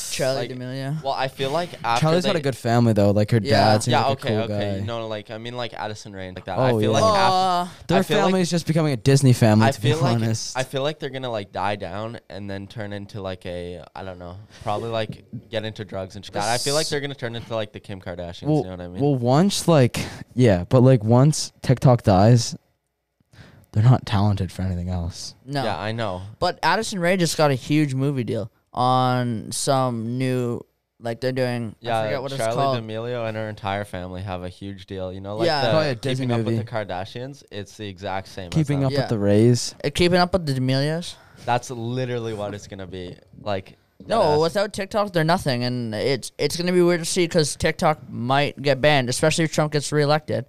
Speaker 2: Charlie
Speaker 3: like-
Speaker 2: D'Amelio.
Speaker 3: Well, I feel like after
Speaker 1: Charlie's
Speaker 3: they,
Speaker 1: got a good family though. Like her
Speaker 2: Yeah.
Speaker 1: dad seems
Speaker 3: Yeah,
Speaker 1: like
Speaker 3: okay,
Speaker 1: a cool
Speaker 3: okay.
Speaker 1: guy.
Speaker 3: No, no, like I mean, like Addison Rae and like that.
Speaker 1: Oh,
Speaker 3: I feel
Speaker 1: yeah.
Speaker 3: like after,
Speaker 2: Uh,
Speaker 1: Their
Speaker 3: I feel like-
Speaker 1: family is just becoming a Disney family.
Speaker 3: I
Speaker 1: to be
Speaker 3: feel like
Speaker 1: honest,
Speaker 3: I feel like they're gonna like die down and then turn into like a I don't know, probably like get into drugs and shit. That I feel like they're gonna turn into like the Kim Kardashians.
Speaker 1: well,
Speaker 3: you know what I mean?
Speaker 1: well, once like yeah, but like once TikTok dies, they're not talented for anything else.
Speaker 2: no,
Speaker 3: Yeah, I know.
Speaker 2: But Addison Rae just got a huge movie deal on some new, like they're doing.
Speaker 3: Yeah,
Speaker 2: I forget what
Speaker 3: Charlie
Speaker 2: it's called.
Speaker 3: D'Amelio and her entire family have a huge deal. You know, like
Speaker 2: Yeah.
Speaker 3: the
Speaker 1: Oh, yeah, Disney
Speaker 3: keeping up with
Speaker 1: movie.
Speaker 3: the Kardashians. It's the exact same. as
Speaker 1: Keeping
Speaker 3: that.
Speaker 1: up
Speaker 2: Yeah.
Speaker 1: with the Rays,
Speaker 2: Uh, Keeping up with the D'Amelios.
Speaker 3: That's literally what it's gonna be like.
Speaker 2: No,
Speaker 3: deadass.
Speaker 2: without TikTok, they're nothing, and it's it's gonna be weird to see because TikTok might get banned, especially if Trump gets reelected.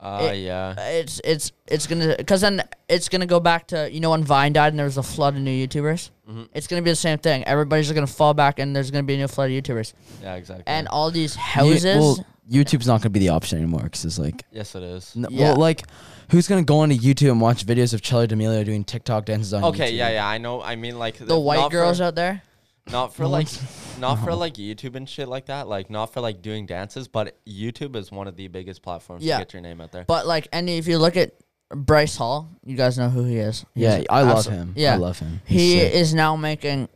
Speaker 3: Uh,
Speaker 2: it-
Speaker 3: yeah.
Speaker 2: It's it's it's gonna because then it's gonna go back to you know when Vine died and there was a flood of new YouTubers.
Speaker 3: Mm-hmm.
Speaker 2: It's gonna be the same thing. Everybody's just gonna fall back, and there's gonna be a new flood of YouTubers,
Speaker 3: Yeah, exactly.
Speaker 2: and all these
Speaker 1: You-
Speaker 2: houses.
Speaker 1: well, YouTube's not gonna be the option anymore because it's like,
Speaker 3: yes, it is.
Speaker 1: n-
Speaker 2: Yeah.
Speaker 1: well, like who's gonna go onto YouTube and watch videos of Charlie D'Amelio doing TikTok dances on?
Speaker 3: Okay,
Speaker 1: YouTube?
Speaker 3: yeah, yeah, I know. I mean, like
Speaker 2: the white girls
Speaker 3: for,
Speaker 2: out there.
Speaker 3: not for like, not for like YouTube and shit like that. Like, not for like doing dances, but YouTube is one of the biggest platforms
Speaker 2: Yeah.
Speaker 3: to get your name out there.
Speaker 2: But like, and if you look at Bryce Hall, you guys know who he is. He's
Speaker 1: yeah. I love
Speaker 2: absolute-
Speaker 1: him.
Speaker 2: Yeah,
Speaker 1: I love him. He's
Speaker 2: He
Speaker 1: sick.
Speaker 2: is now making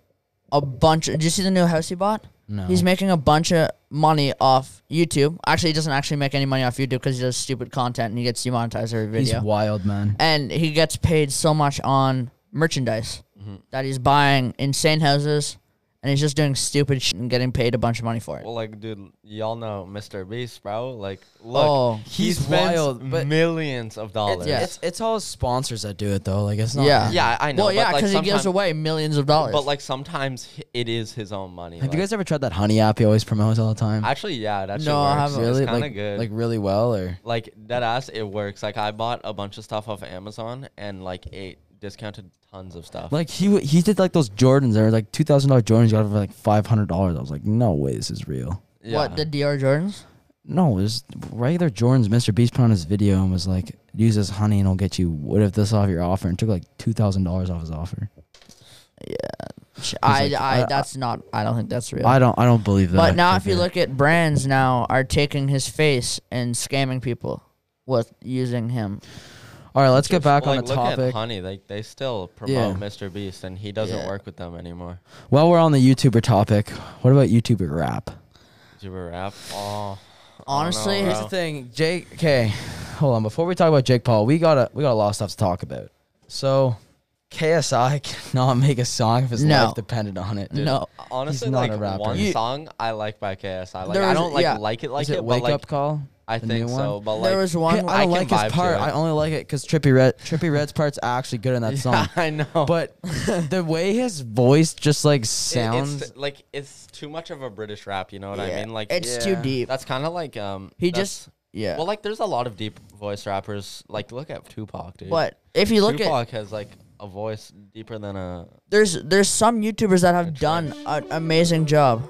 Speaker 2: a bunch. Of, did you see the new house he bought?
Speaker 1: No.
Speaker 2: He's making a bunch of money off YouTube. Actually, he doesn't actually make any money off YouTube because he does stupid content and he gets demonetized every
Speaker 1: He's
Speaker 2: video.
Speaker 1: wild, man.
Speaker 2: and he gets paid so much on merchandise
Speaker 3: Mm-hmm.
Speaker 2: that he's buying insane houses and he's just doing stupid shit and getting paid a bunch of money for it.
Speaker 3: well, like, dude, y'all know Mr. Beast, bro. Like, look,
Speaker 2: Oh,
Speaker 3: he
Speaker 1: he's
Speaker 3: spends
Speaker 1: wild, but-
Speaker 3: millions of dollars.
Speaker 2: yeah.
Speaker 1: It's it's all sponsors that do it though. Like it's not.
Speaker 2: Yeah.
Speaker 3: Yeah, I know.
Speaker 2: well, yeah,
Speaker 3: but, like,
Speaker 2: because he gives
Speaker 3: sometime-
Speaker 2: away millions of dollars.
Speaker 3: But like sometimes h- it is his own money.
Speaker 1: Have
Speaker 3: like-
Speaker 1: you guys ever tried that honey app he always promotes all the time?
Speaker 3: actually, yeah, that shit
Speaker 2: No, I
Speaker 3: works.
Speaker 2: haven't.
Speaker 3: It's
Speaker 1: really,
Speaker 3: kind of
Speaker 1: like
Speaker 3: good.
Speaker 1: like really well, or
Speaker 3: like that ass it works like i bought a bunch of stuff off amazon and like it discounted tons of stuff
Speaker 1: like he w- he did like those Jordans. They were like two thousand dollar Jordans. You got it for like five hundred dollars. I was like, no way, this is real.
Speaker 3: yeah.
Speaker 2: What, the DR Jordans?
Speaker 1: No, it was regular Jordans. Mr. Beast put on his video and was like, use this honey and it'll get you what if this off your offer and took like two thousand dollars off his offer.
Speaker 2: I,
Speaker 1: like,
Speaker 2: I,
Speaker 1: I-
Speaker 2: that's not, I don't think that's real.
Speaker 1: I don't I don't believe that.
Speaker 2: But now, if you
Speaker 1: Okay.
Speaker 2: look at brands, now are taking his face and scamming people with using him.
Speaker 1: all right, let's get
Speaker 3: Just-
Speaker 1: back on
Speaker 3: like,
Speaker 1: the
Speaker 3: look at
Speaker 1: topic.
Speaker 3: honey like they still
Speaker 1: Yeah.
Speaker 3: promote mr beast and he doesn't
Speaker 2: Yeah.
Speaker 3: work with them anymore
Speaker 1: While we're on the YouTuber topic, what about YouTuber rap?
Speaker 3: do you rap oh
Speaker 2: Honestly,
Speaker 3: know,
Speaker 2: here's
Speaker 3: bro.
Speaker 2: the
Speaker 1: Here's the thing, Jake. Okay, hold on. Before we talk about Jake Paul, we got a we got a lot of stuff to talk about. So, KSI cannot make a song if his
Speaker 2: No.
Speaker 1: life depended on it.
Speaker 2: Dude, No.
Speaker 3: honestly
Speaker 1: not
Speaker 3: like
Speaker 1: a rapper.
Speaker 3: one
Speaker 1: You-
Speaker 3: song i like by ksi like
Speaker 2: There
Speaker 3: i
Speaker 2: was-
Speaker 3: don't like
Speaker 2: yeah.
Speaker 3: like it like
Speaker 1: Is it,
Speaker 3: but,
Speaker 1: Wake
Speaker 3: like,
Speaker 1: Up Call?
Speaker 3: i
Speaker 1: The
Speaker 3: think
Speaker 1: new
Speaker 3: so
Speaker 1: one?
Speaker 3: but like
Speaker 2: there was
Speaker 1: Hey,
Speaker 2: one.
Speaker 1: I
Speaker 3: I
Speaker 1: don't
Speaker 3: can
Speaker 1: like his
Speaker 3: vibe to
Speaker 1: part.
Speaker 3: it.
Speaker 1: I only like it because Trippy Red Trippy Red's part's actually good in that song.
Speaker 3: i know
Speaker 1: But the way his voice just like
Speaker 3: It-
Speaker 1: sounds,
Speaker 3: it's like it's too much of a british rap you know what
Speaker 2: Yeah,
Speaker 3: i mean like
Speaker 2: it's too
Speaker 1: Yeah.
Speaker 2: deep.
Speaker 3: that's kind of like um
Speaker 2: He
Speaker 3: that's-
Speaker 2: just yeah.
Speaker 3: well like there's a lot of deep voice rappers like look at tupac dude
Speaker 2: but if you look at
Speaker 3: Tupac has like a voice deeper than a.
Speaker 2: there's there's some YouTubers that have done an amazing job.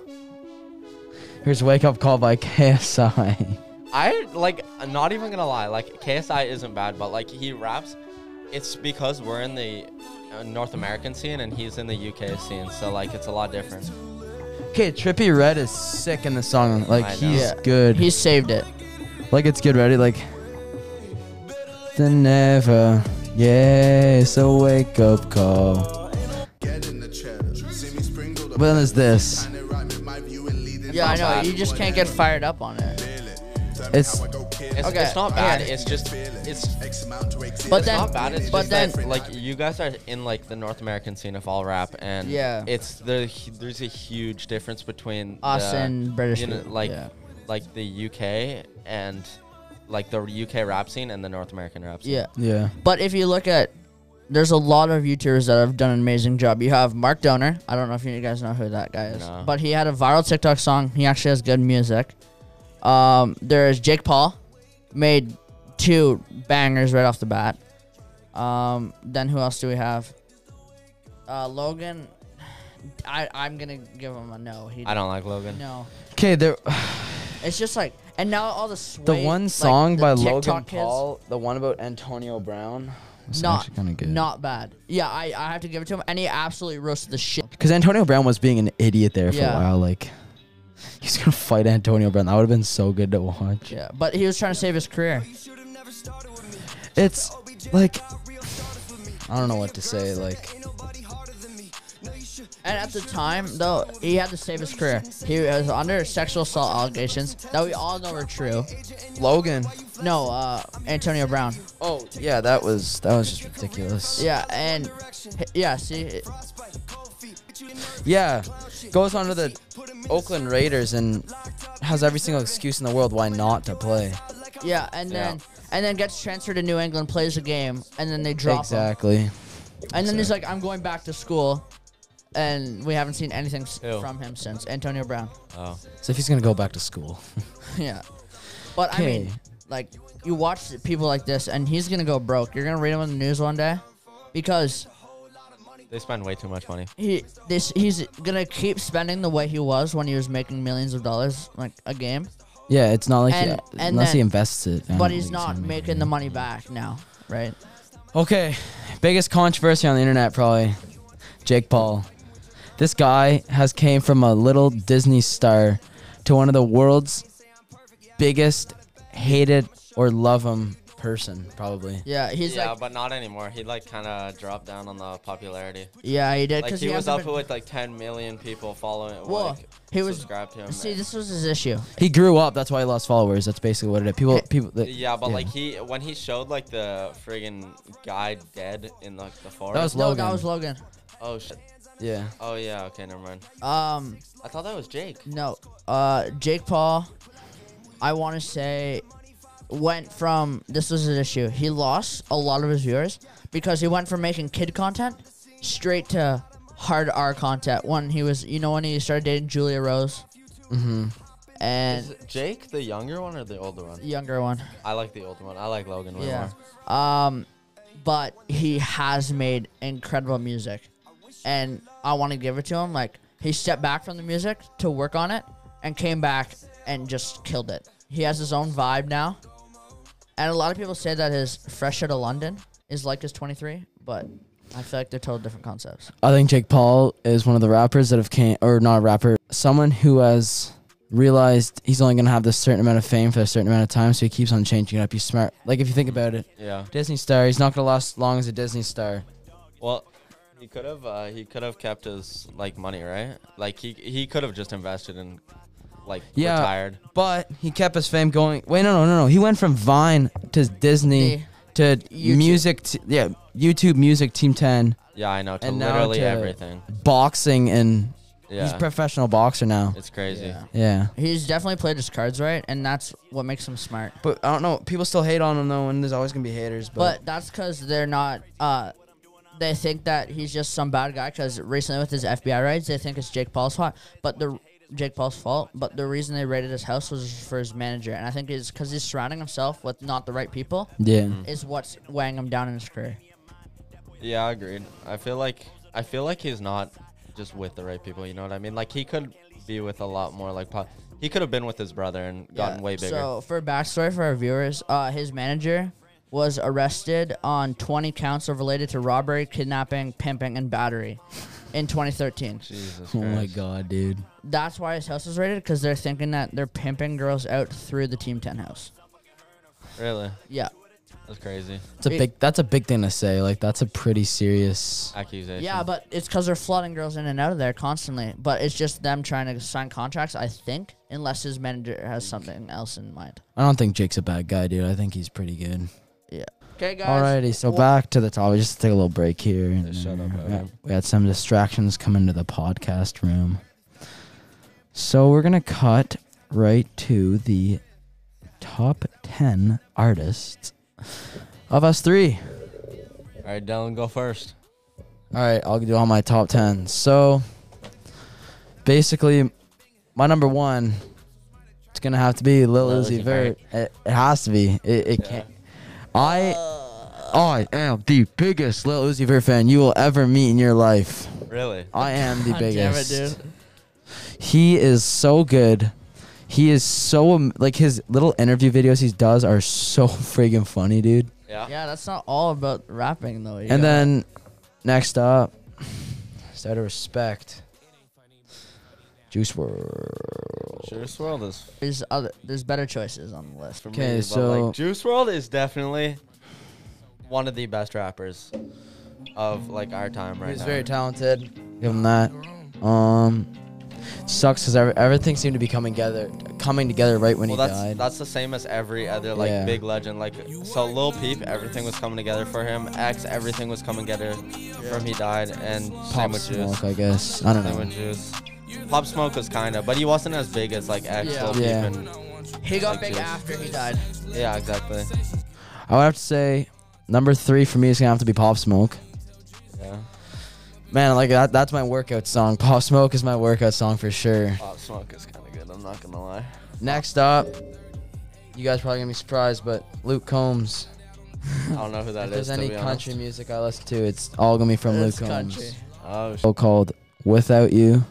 Speaker 1: here's Wake Up Call by KSI.
Speaker 3: I like. I'm not even gonna lie. Like KSI isn't bad, but like he raps, it's because we're in the uh, North American scene and he's in the UK scene, so like it's a lot different.
Speaker 1: Okay, Trippy Red is sick in the song. Like
Speaker 3: I know.
Speaker 1: he's
Speaker 2: Yeah.
Speaker 1: good.
Speaker 2: He saved it.
Speaker 1: Like it's good, ready? Like the never. Yeah, it's a wake up call. But then there's this.
Speaker 2: Yeah, I know. You just can't get fired up on it.
Speaker 1: It's
Speaker 3: It's,
Speaker 2: Okay,
Speaker 3: it's not bad.
Speaker 2: okay.
Speaker 3: It's just it's
Speaker 2: But
Speaker 3: It's
Speaker 2: then,
Speaker 3: not bad. It's
Speaker 2: but
Speaker 3: just
Speaker 2: then,
Speaker 3: that, like you guys are in like the North American scene of all rap, and
Speaker 2: Yeah.
Speaker 3: it's the there's a huge difference between
Speaker 2: Us
Speaker 3: the,
Speaker 2: and British
Speaker 3: you know,
Speaker 2: people,
Speaker 3: like
Speaker 2: yeah.
Speaker 3: like the UK and like the UK rap scene and the North American rap scene.
Speaker 2: yeah.
Speaker 1: Yeah.
Speaker 2: But if you look at, there's a lot of YouTubers that have done an amazing job. You have Mark Donner. I don't know if you guys know who that guy is,
Speaker 3: No.
Speaker 2: but he had a viral TikTok song. He actually has good music. Um, there's Jake Paul, made two bangers right off the bat. Um, then who else do we have? Uh, Logan. I I'm gonna give him a no. He
Speaker 3: I don't like Logan.
Speaker 2: no.
Speaker 1: Okay, there.
Speaker 2: It's just like, and now all the
Speaker 1: The
Speaker 2: sway,
Speaker 1: one
Speaker 2: like,
Speaker 1: song
Speaker 2: the
Speaker 1: by
Speaker 2: TikTok
Speaker 1: Logan
Speaker 2: kids-
Speaker 1: Paul, the one about Antonio Brown, was
Speaker 2: not
Speaker 1: actually kind of good.
Speaker 2: not bad. Yeah, I, I have to give it to him, and he absolutely roasted the shit.
Speaker 1: because Antonio Brown was being an idiot there for
Speaker 2: Yeah.
Speaker 1: a while. Like, he's gonna fight Antonio Brown. That would have been so good to watch.
Speaker 2: Yeah, but he was trying to save his career.
Speaker 1: It's like, I don't know what to say. Like,
Speaker 2: And at the time, though, he had to save his career. He was under sexual assault allegations that we all know are true.
Speaker 1: Logan.
Speaker 2: No, uh, Antonio Brown.
Speaker 1: Oh yeah, that was that was just ridiculous.
Speaker 2: Yeah, and yeah, see,
Speaker 1: Yeah, goes on to the Oakland Raiders and has every single excuse in the world why not to play.
Speaker 2: yeah, and then and then gets transferred to New England, plays a game, and then they drop him.
Speaker 1: Exactly.
Speaker 2: And then he's like, "I'm going back to school," and we haven't seen anything s-
Speaker 3: Ew.
Speaker 2: from him since Antonio Brown.
Speaker 3: Oh,
Speaker 1: So if he's gonna go back to school,
Speaker 2: Yeah. But I mean,
Speaker 1: Okay.
Speaker 2: like, you watch th- people like this, and he's going to go broke. You're going to read him in the news one day because
Speaker 3: they spend way too much money.
Speaker 2: he this he's going to keep spending the way he was when he was making millions of dollars, like, a game.
Speaker 1: yeah, it's not like
Speaker 2: And-
Speaker 1: he,
Speaker 2: and
Speaker 1: unless he
Speaker 2: then-
Speaker 1: invests it. I don't
Speaker 2: But
Speaker 1: think
Speaker 2: he's not
Speaker 1: gonna make it.
Speaker 2: making the money back now, right?
Speaker 1: Okay, biggest controversy on the internet probably Jake Paul. This guy has came from a little Disney star to one of the world's biggest hated or love him person probably.
Speaker 2: Yeah, he's
Speaker 3: yeah,
Speaker 2: like,
Speaker 3: but not anymore. He like kind of dropped down on the popularity.
Speaker 2: yeah, he did.
Speaker 3: Like
Speaker 2: Because
Speaker 3: he, was
Speaker 2: hasn't
Speaker 3: up
Speaker 2: been-
Speaker 3: with like 10 million people following.
Speaker 2: Well,
Speaker 3: like,
Speaker 2: he was-
Speaker 3: subscribed to him.
Speaker 2: See,
Speaker 3: and-
Speaker 2: this was his issue.
Speaker 1: He grew up, that's why he lost followers. That's basically what it is. People people that,
Speaker 3: Eh, Yeah, but like he when he showed like the friggin' guy dead in like the forest.
Speaker 1: That was
Speaker 2: No,
Speaker 1: Logan.
Speaker 2: that was Logan.
Speaker 3: oh shit.
Speaker 1: yeah.
Speaker 3: Oh yeah. Okay, never mind.
Speaker 2: Um,
Speaker 3: I thought that was Jake.
Speaker 2: No, uh, Jake Paul, I want to say, went from this was an issue. He lost a lot of his viewers because he went from making kid content straight to hard R content. When he was, you know, when he started dating Julia Rose. Mm-hmm.
Speaker 3: Is
Speaker 2: And
Speaker 3: it Jake the younger one or the older one?
Speaker 2: younger one,
Speaker 3: I like the older one. I like Logan way
Speaker 2: yeah.
Speaker 3: more.
Speaker 2: Um, but he has made incredible music, and I want to give it to him. Like he stepped back from the music to work on it, and came back and just killed it. He has his own vibe now, and a lot of people say that his "Fresh Out of London" is like his "23," but I feel like they're total different concepts.
Speaker 1: I think Jake Paul is one of the rappers that have came or not a rapper, someone who has realized he's only gonna have this certain amount of fame for a certain amount of time, so he keeps on changing it up. He's smart. Like if you think about it,
Speaker 3: Yeah.
Speaker 1: Disney star, he's not gonna last long as a Disney star.
Speaker 3: Well, he could have uh, he could have kept his like money, right? Like he he could have just invested in like
Speaker 1: Yeah.
Speaker 3: retired.
Speaker 1: But he kept his fame going. Wait, no, no, no, no. He went from Vine to Disney to
Speaker 2: YouTube.
Speaker 1: music, t- yeah, YouTube music, Team Ten,
Speaker 3: Yeah, I know. To
Speaker 1: And now
Speaker 3: literally
Speaker 1: to-
Speaker 3: everything.
Speaker 1: boxing, and
Speaker 3: Yeah.
Speaker 1: he's a professional boxer now.
Speaker 3: it's crazy.
Speaker 2: Yeah.
Speaker 1: Yeah.
Speaker 2: He's definitely played his cards right, and that's what makes him smart.
Speaker 1: But I don't know. People still hate on him though, and there's always gonna be haters. But,
Speaker 2: But that's because they're not. Uh, they think that he's just some bad guy. Because recently with his FBI raids, they think it's Jake Paul's fault. But the Jake Paul's fault. But the reason they raided his house was for his manager, and I think it's because he's surrounding himself with not the right people.
Speaker 1: yeah,
Speaker 2: Is what's weighing him down in his career.
Speaker 3: Yeah, agreed. I feel like I feel like he's not just with the right people. You know what I mean? Like he could be with a lot more. Like po- he could have been with his brother and gotten
Speaker 2: Yeah,
Speaker 3: way bigger.
Speaker 2: So for backstory for our viewers, uh, his manager was arrested on 20 counts of related to robbery, kidnapping, pimping, and battery in 2013.
Speaker 3: Jesus Christ.
Speaker 1: oh my god, dude.
Speaker 2: That's why his house is raided because they're thinking that they're pimping girls out through the Team 10 house.
Speaker 3: Really?
Speaker 2: Yeah.
Speaker 3: That's crazy.
Speaker 1: It's a
Speaker 2: It-
Speaker 1: big. That's a big thing to say. Like that's a pretty serious.
Speaker 3: Accusation.
Speaker 2: Yeah, but it's because they're flooding girls in and out of there constantly. But it's just them trying to sign contracts, I think, unless his manager has something else in mind.
Speaker 1: I don't think Jake's a bad guy, dude. I think he's pretty good.
Speaker 2: Yeah. Okay, guys.
Speaker 1: Alrighty, so
Speaker 2: Wha-
Speaker 1: back to the topic. Just take a little break here. And
Speaker 3: Yeah, shut
Speaker 1: uh,
Speaker 3: up,
Speaker 1: we,
Speaker 3: Adam.
Speaker 1: had, we had some distractions come into the podcast room. So we're gonna cut right to the top ten artists of us three.
Speaker 3: All right, Dylan, go first.
Speaker 1: All right, I'll do all my top 10. So basically, my number one, it's going to have to be Lil
Speaker 3: Lil
Speaker 1: Uzi
Speaker 3: Uzi
Speaker 1: Vert. It, it has to be. It, it can't. I, I am the biggest Lil Uzi Vert fan you will ever meet in your life.
Speaker 3: Really?
Speaker 1: I am the
Speaker 2: God damn it,
Speaker 1: biggest. He is so good. He is so, am- like, his little interview videos he does are so friggin' funny, dude.
Speaker 3: Yeah.
Speaker 2: Yeah, that's not all about rapping though.
Speaker 1: And then next up, is out of respect, Juice World.
Speaker 3: Juice World is
Speaker 2: there's other there's better choices on the list.
Speaker 3: for me,
Speaker 1: 'Kay,
Speaker 3: but,
Speaker 1: so-
Speaker 3: like, Juice World is definitely one of the best rappers of like our time right
Speaker 1: He's
Speaker 3: now.
Speaker 1: very talented. Give him that. Um, sucks because everything seemed to be coming together, coming together right when
Speaker 3: well,
Speaker 1: he
Speaker 3: that's
Speaker 1: died.
Speaker 3: that's the same as every other like
Speaker 1: Yeah.
Speaker 3: big legend. Like so, Lil Peep, everything was coming together for him. X, everything was coming together from he died, and same
Speaker 1: Pop
Speaker 3: with Juice.
Speaker 1: Smoke, I guess. I don't
Speaker 3: Same with
Speaker 1: know.
Speaker 3: Juice. Pop Smoke was kind of, but he wasn't as big as like X,
Speaker 2: Yeah.
Speaker 3: Lil Peep,
Speaker 1: Yeah.
Speaker 3: and
Speaker 2: He got
Speaker 3: Like
Speaker 2: big
Speaker 3: this.
Speaker 2: after he died.
Speaker 3: yeah, exactly.
Speaker 1: I would have to say number three for me is gonna have to be Pop Smoke.
Speaker 3: Yeah,
Speaker 1: Man, like that, that's my workout song. Pop Smoke is my workout song for sure.
Speaker 3: Pop Smoke is kind of good. I'm not gonna lie.
Speaker 1: Next up, you guys probably gonna be surprised, but Luke Combs.
Speaker 3: I don't know who that
Speaker 1: if
Speaker 3: is.
Speaker 1: there's
Speaker 3: to
Speaker 1: any
Speaker 3: be
Speaker 1: country music I listen to, it's all gonna be from Luke
Speaker 2: It's
Speaker 1: Combs.
Speaker 2: country.
Speaker 3: honest.
Speaker 1: Show Called "Without You,"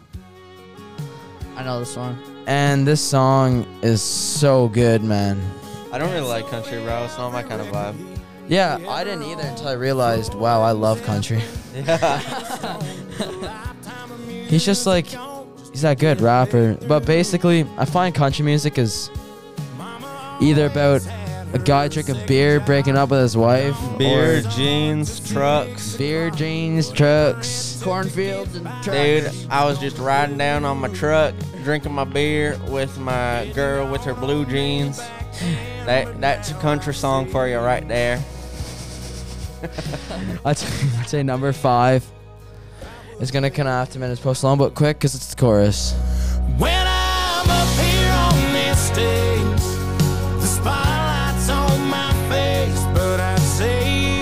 Speaker 2: I know this one.
Speaker 1: and this song is so good, man.
Speaker 3: Oh, sh- I don't really like country, bro. It's not my kind of vibe.
Speaker 1: Yeah, I didn't either until I realized, wow, I love country.
Speaker 3: Yeah.
Speaker 1: He's just like, he's that good rapper. But basically, I find country music is either about a guy drinking beer, breaking up with his wife,
Speaker 3: Beer,
Speaker 1: or
Speaker 3: jeans, trucks.
Speaker 1: beer, jeans, trucks.
Speaker 2: Cornfields and
Speaker 3: Dude,
Speaker 2: tractors.
Speaker 3: I was just riding down on my truck, drinking my beer with my girl with her blue jeans. That that's a country song for you right there.
Speaker 1: I'd say, I'd say number five is gonna come after minutes post long, but quick, cause it's the chorus.
Speaker 7: When I'm up here on this stage, the spotlight's on my face, but I say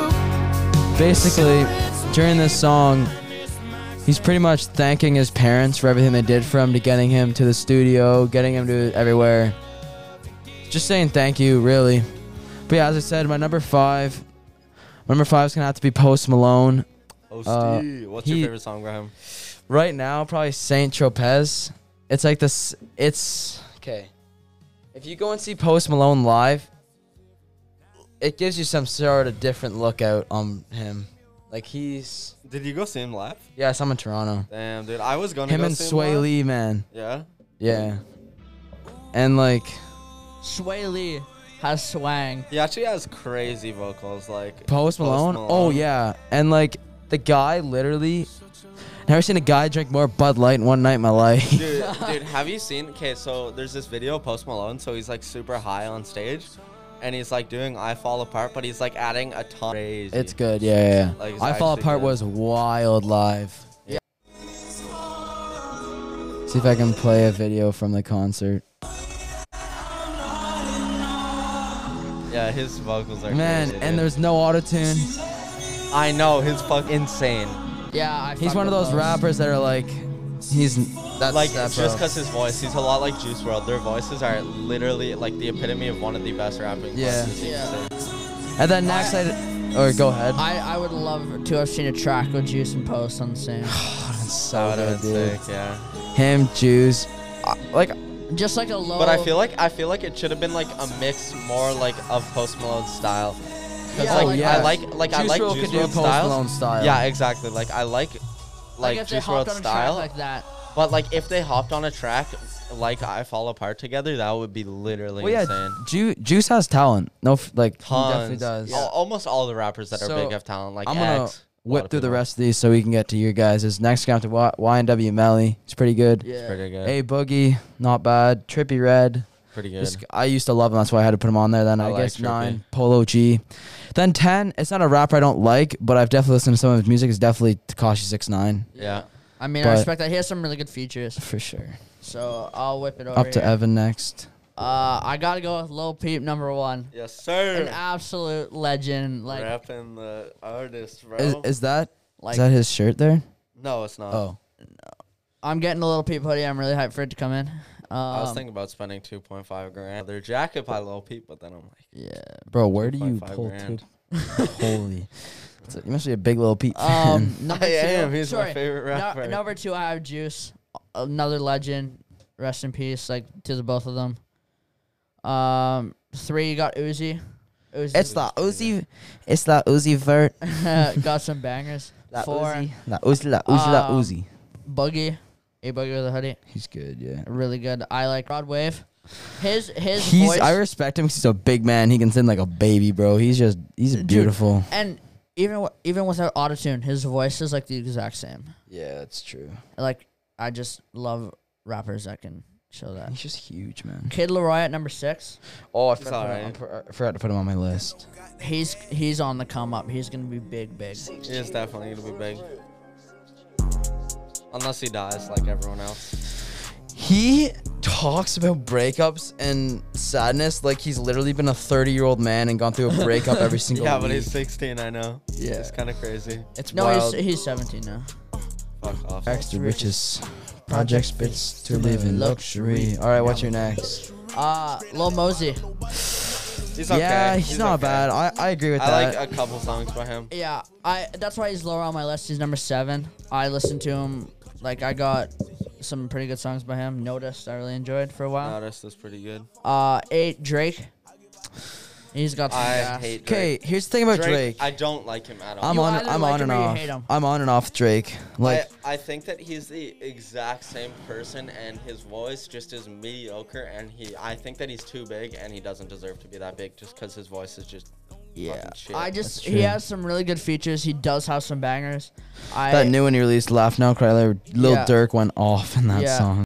Speaker 7: you.
Speaker 1: basically during this song he's pretty much thanking his parents for everything they did for him to getting him to the studio getting him to everywhere just saying thank you really but yeah as i said my number five my number five is gonna have to be post malone
Speaker 3: Oh,
Speaker 1: Uh,
Speaker 3: Steve, what's
Speaker 1: he-
Speaker 3: your favorite song by him?
Speaker 1: right now probably saint tropez it's like this it's okay if you go and see post malone live it gives you some sort of different look out on him like he's
Speaker 3: Did you go see him live?
Speaker 1: yes i'm in toronto
Speaker 3: Damn, dude, I was gonna.
Speaker 1: Him
Speaker 3: go
Speaker 1: and
Speaker 3: see
Speaker 1: Sway
Speaker 3: live.
Speaker 1: Lee, man.
Speaker 3: Yeah.
Speaker 1: Yeah. And like
Speaker 2: Sway Lee has swang.
Speaker 3: He actually has crazy vocals, like
Speaker 1: Post Malone. Oh yeah. And like the guy literally never seen a guy drink more Bud Light in one night in my life.
Speaker 3: Dude, dude, have you seen? Okay, so there's this video of Post Malone. So he's like super high on stage, and he's like doing "I Fall Apart," but he's like adding a ton. Crazy.
Speaker 1: It's good, yeah. yeah.
Speaker 3: Like, it's
Speaker 1: I Fall
Speaker 3: actually
Speaker 1: Apart
Speaker 3: good.
Speaker 1: was wild live.
Speaker 3: Yeah.
Speaker 1: See if I can play a video from the concert.
Speaker 3: Yeah, his vocals are
Speaker 1: Man,
Speaker 3: crazy,
Speaker 1: and
Speaker 3: dude.
Speaker 1: there's no auto tune.
Speaker 3: I know his fuck insane.
Speaker 2: Yeah, I
Speaker 1: He's
Speaker 2: fuck
Speaker 1: one of
Speaker 2: with
Speaker 1: those rappers that are like, he's that's
Speaker 3: Like
Speaker 1: that
Speaker 3: it's just
Speaker 1: bro.
Speaker 3: because his voice, he's a lot like Juice World. Their voices are literally like the epitome of one of the best rapping.
Speaker 1: Yeah.
Speaker 3: voices you can say.
Speaker 1: And then next, I, or go ahead.
Speaker 3: Ah,
Speaker 2: I, I would love to have seen a track with Juice and Post on the same.
Speaker 1: so
Speaker 3: That would've
Speaker 1: good,
Speaker 3: been
Speaker 1: dude.
Speaker 3: sick, yeah.
Speaker 1: him, Jews. I- Like
Speaker 2: Just like a low.
Speaker 3: But I feel like I feel like it should have been like a mix more like of Post Malone's style. 'Cause,
Speaker 2: Yeah,
Speaker 3: like,
Speaker 2: like-
Speaker 3: I like like I
Speaker 1: Juice
Speaker 3: like
Speaker 1: WRLD
Speaker 3: Juice
Speaker 1: could do
Speaker 3: WRLD
Speaker 1: Post
Speaker 3: styles.
Speaker 1: Malone style.
Speaker 3: Yeah, exactly. Like I like like,
Speaker 2: if they
Speaker 3: Juice
Speaker 2: hopped
Speaker 3: WRLD
Speaker 2: on a track
Speaker 3: style.
Speaker 2: like that.
Speaker 3: but like if they hopped on a track like I fall apart together, that would be literally
Speaker 1: Well, yeah,
Speaker 3: insane.
Speaker 1: Ju- Juice has talent. No, f- like
Speaker 3: Tons.
Speaker 1: he definitely does.
Speaker 3: Al- almost all the rappers that
Speaker 1: So,
Speaker 3: are big have talent. Like
Speaker 1: I'm gonna
Speaker 3: X, a lot
Speaker 1: whip
Speaker 3: of
Speaker 1: through the
Speaker 3: people.
Speaker 1: rest of these so we can get to your guys. Is next guy to y- YNW Melly. It's pretty good.
Speaker 2: Yeah.
Speaker 3: Pretty good.
Speaker 1: A Boogie, not bad. Trippy Red.
Speaker 3: pretty good.
Speaker 1: This, I used to love him. That's why I had to put him on there. Then I,
Speaker 3: I like
Speaker 1: guess
Speaker 3: Trippie.
Speaker 1: nine, Polo G. Then ten. It's not a rapper I don't like, but I've definitely listened to some of his music. It's definitely Takashi Six Nine
Speaker 3: yeah.
Speaker 2: I mean, I
Speaker 1: But-
Speaker 2: respect that. He has some really good features.
Speaker 1: for sure.
Speaker 2: So I'll whip it over.
Speaker 1: Up to
Speaker 2: here.
Speaker 1: Evan next.
Speaker 2: Uh, I gotta go with Lil Peep number one.
Speaker 3: Yes,
Speaker 2: An
Speaker 3: sir.
Speaker 2: absolute legend. Like,
Speaker 3: Rapping the artist, bro.
Speaker 1: Is, is that
Speaker 2: like
Speaker 1: is that his shirt there?
Speaker 3: no, it's not.
Speaker 1: Oh,
Speaker 2: I'm getting a Lil Peep hoodie. I'm really hyped for it to come in. Um,
Speaker 3: I was thinking about spending 2.5 grand. Their jacket by Lil Peep, but then I'm like,
Speaker 2: Yeah.
Speaker 1: bro, where do you
Speaker 3: 2.5
Speaker 1: pull two?
Speaker 3: grand.
Speaker 1: Holy, It's a- you must be a big little Pete fan.
Speaker 2: Um, number
Speaker 3: I
Speaker 2: two,
Speaker 3: am. He's my
Speaker 2: sorry.
Speaker 3: favorite
Speaker 2: No-
Speaker 3: rapper.
Speaker 2: number two, I have Juice, another legend. Rest in peace, like to the both of them. Um, three, you got Uzi. Uzi
Speaker 1: it's the Uzi, it's the Uzi vert.
Speaker 2: got some bangers.
Speaker 1: La
Speaker 2: Four,
Speaker 1: Uzi, la Uzi, la Uzi, la
Speaker 2: Um,
Speaker 1: Uzi.
Speaker 2: Boogie, a Boogie with a hoodie,
Speaker 1: He's good, yeah.
Speaker 2: really good. I like Rod Wave. His his
Speaker 1: He's
Speaker 2: voice
Speaker 1: I respect him. 'cause He's a big man. He can sing like a baby, bro. He's just he's beautiful.
Speaker 2: and even wi- even without autotune, his voice is like the exact same.
Speaker 1: Yeah, that's true.
Speaker 2: Like I just love rappers that can show that.
Speaker 1: He's just huge, man.
Speaker 2: Kid Leroy at number six.
Speaker 1: Oh, I
Speaker 3: all
Speaker 1: forgot, to
Speaker 3: right.
Speaker 1: put him on- I forgot to put him on my list.
Speaker 2: He's he's on the come up. He's gonna be big, big.
Speaker 3: it's definitely going to be big. Unless he dies like everyone else.
Speaker 1: He talks about breakups and sadness like he's literally been a 30 year old man and gone through a breakup every single.
Speaker 3: Yeah, but
Speaker 1: week.
Speaker 3: he's 16, I know.
Speaker 1: Yeah.
Speaker 3: It's kind of crazy.
Speaker 1: it's
Speaker 2: No,
Speaker 1: wild.
Speaker 2: he's he's 17 now.
Speaker 3: Fuck off.
Speaker 1: Extra riches. Project spits to live in luxury. All right, what's your next?
Speaker 2: Uh, Lil Mosey.
Speaker 3: He's okay.
Speaker 1: Yeah, he's, not
Speaker 3: okay.
Speaker 1: bad. I, I agree with
Speaker 3: I
Speaker 1: that.
Speaker 3: like a couple songs by him.
Speaker 2: Yeah, I that's why he's lower on my list. He's number seven. I listened to him. Like I got some pretty good songs by him. Noticed, I really enjoyed for a while.
Speaker 3: Notice is pretty good.
Speaker 2: Uh, eight Drake. He's got. Some
Speaker 3: I
Speaker 2: gas.
Speaker 3: hate
Speaker 1: okay,
Speaker 3: Drake.
Speaker 1: here's the thing about Drake.
Speaker 3: Drake. I don't like him at all.
Speaker 1: I'm
Speaker 2: You
Speaker 1: on
Speaker 2: either
Speaker 1: I'm
Speaker 2: like
Speaker 1: on
Speaker 2: him
Speaker 1: and
Speaker 2: or you
Speaker 1: off.
Speaker 2: hate him.
Speaker 1: I'm on and off Drake. Like
Speaker 3: I, I think that he's the exact same person, and his voice just is mediocre. And he, I think that he's too big, and he doesn't deserve to be that big just because his voice is just
Speaker 2: Yeah,
Speaker 3: fucking shit.
Speaker 2: I just
Speaker 1: That's
Speaker 2: he
Speaker 1: true.
Speaker 2: has some really good features. He does have some bangers. I
Speaker 1: that new one he released, Laugh Now Cry Later. Lil
Speaker 2: Yeah.
Speaker 1: Durk went off in that
Speaker 2: Yeah.
Speaker 1: song.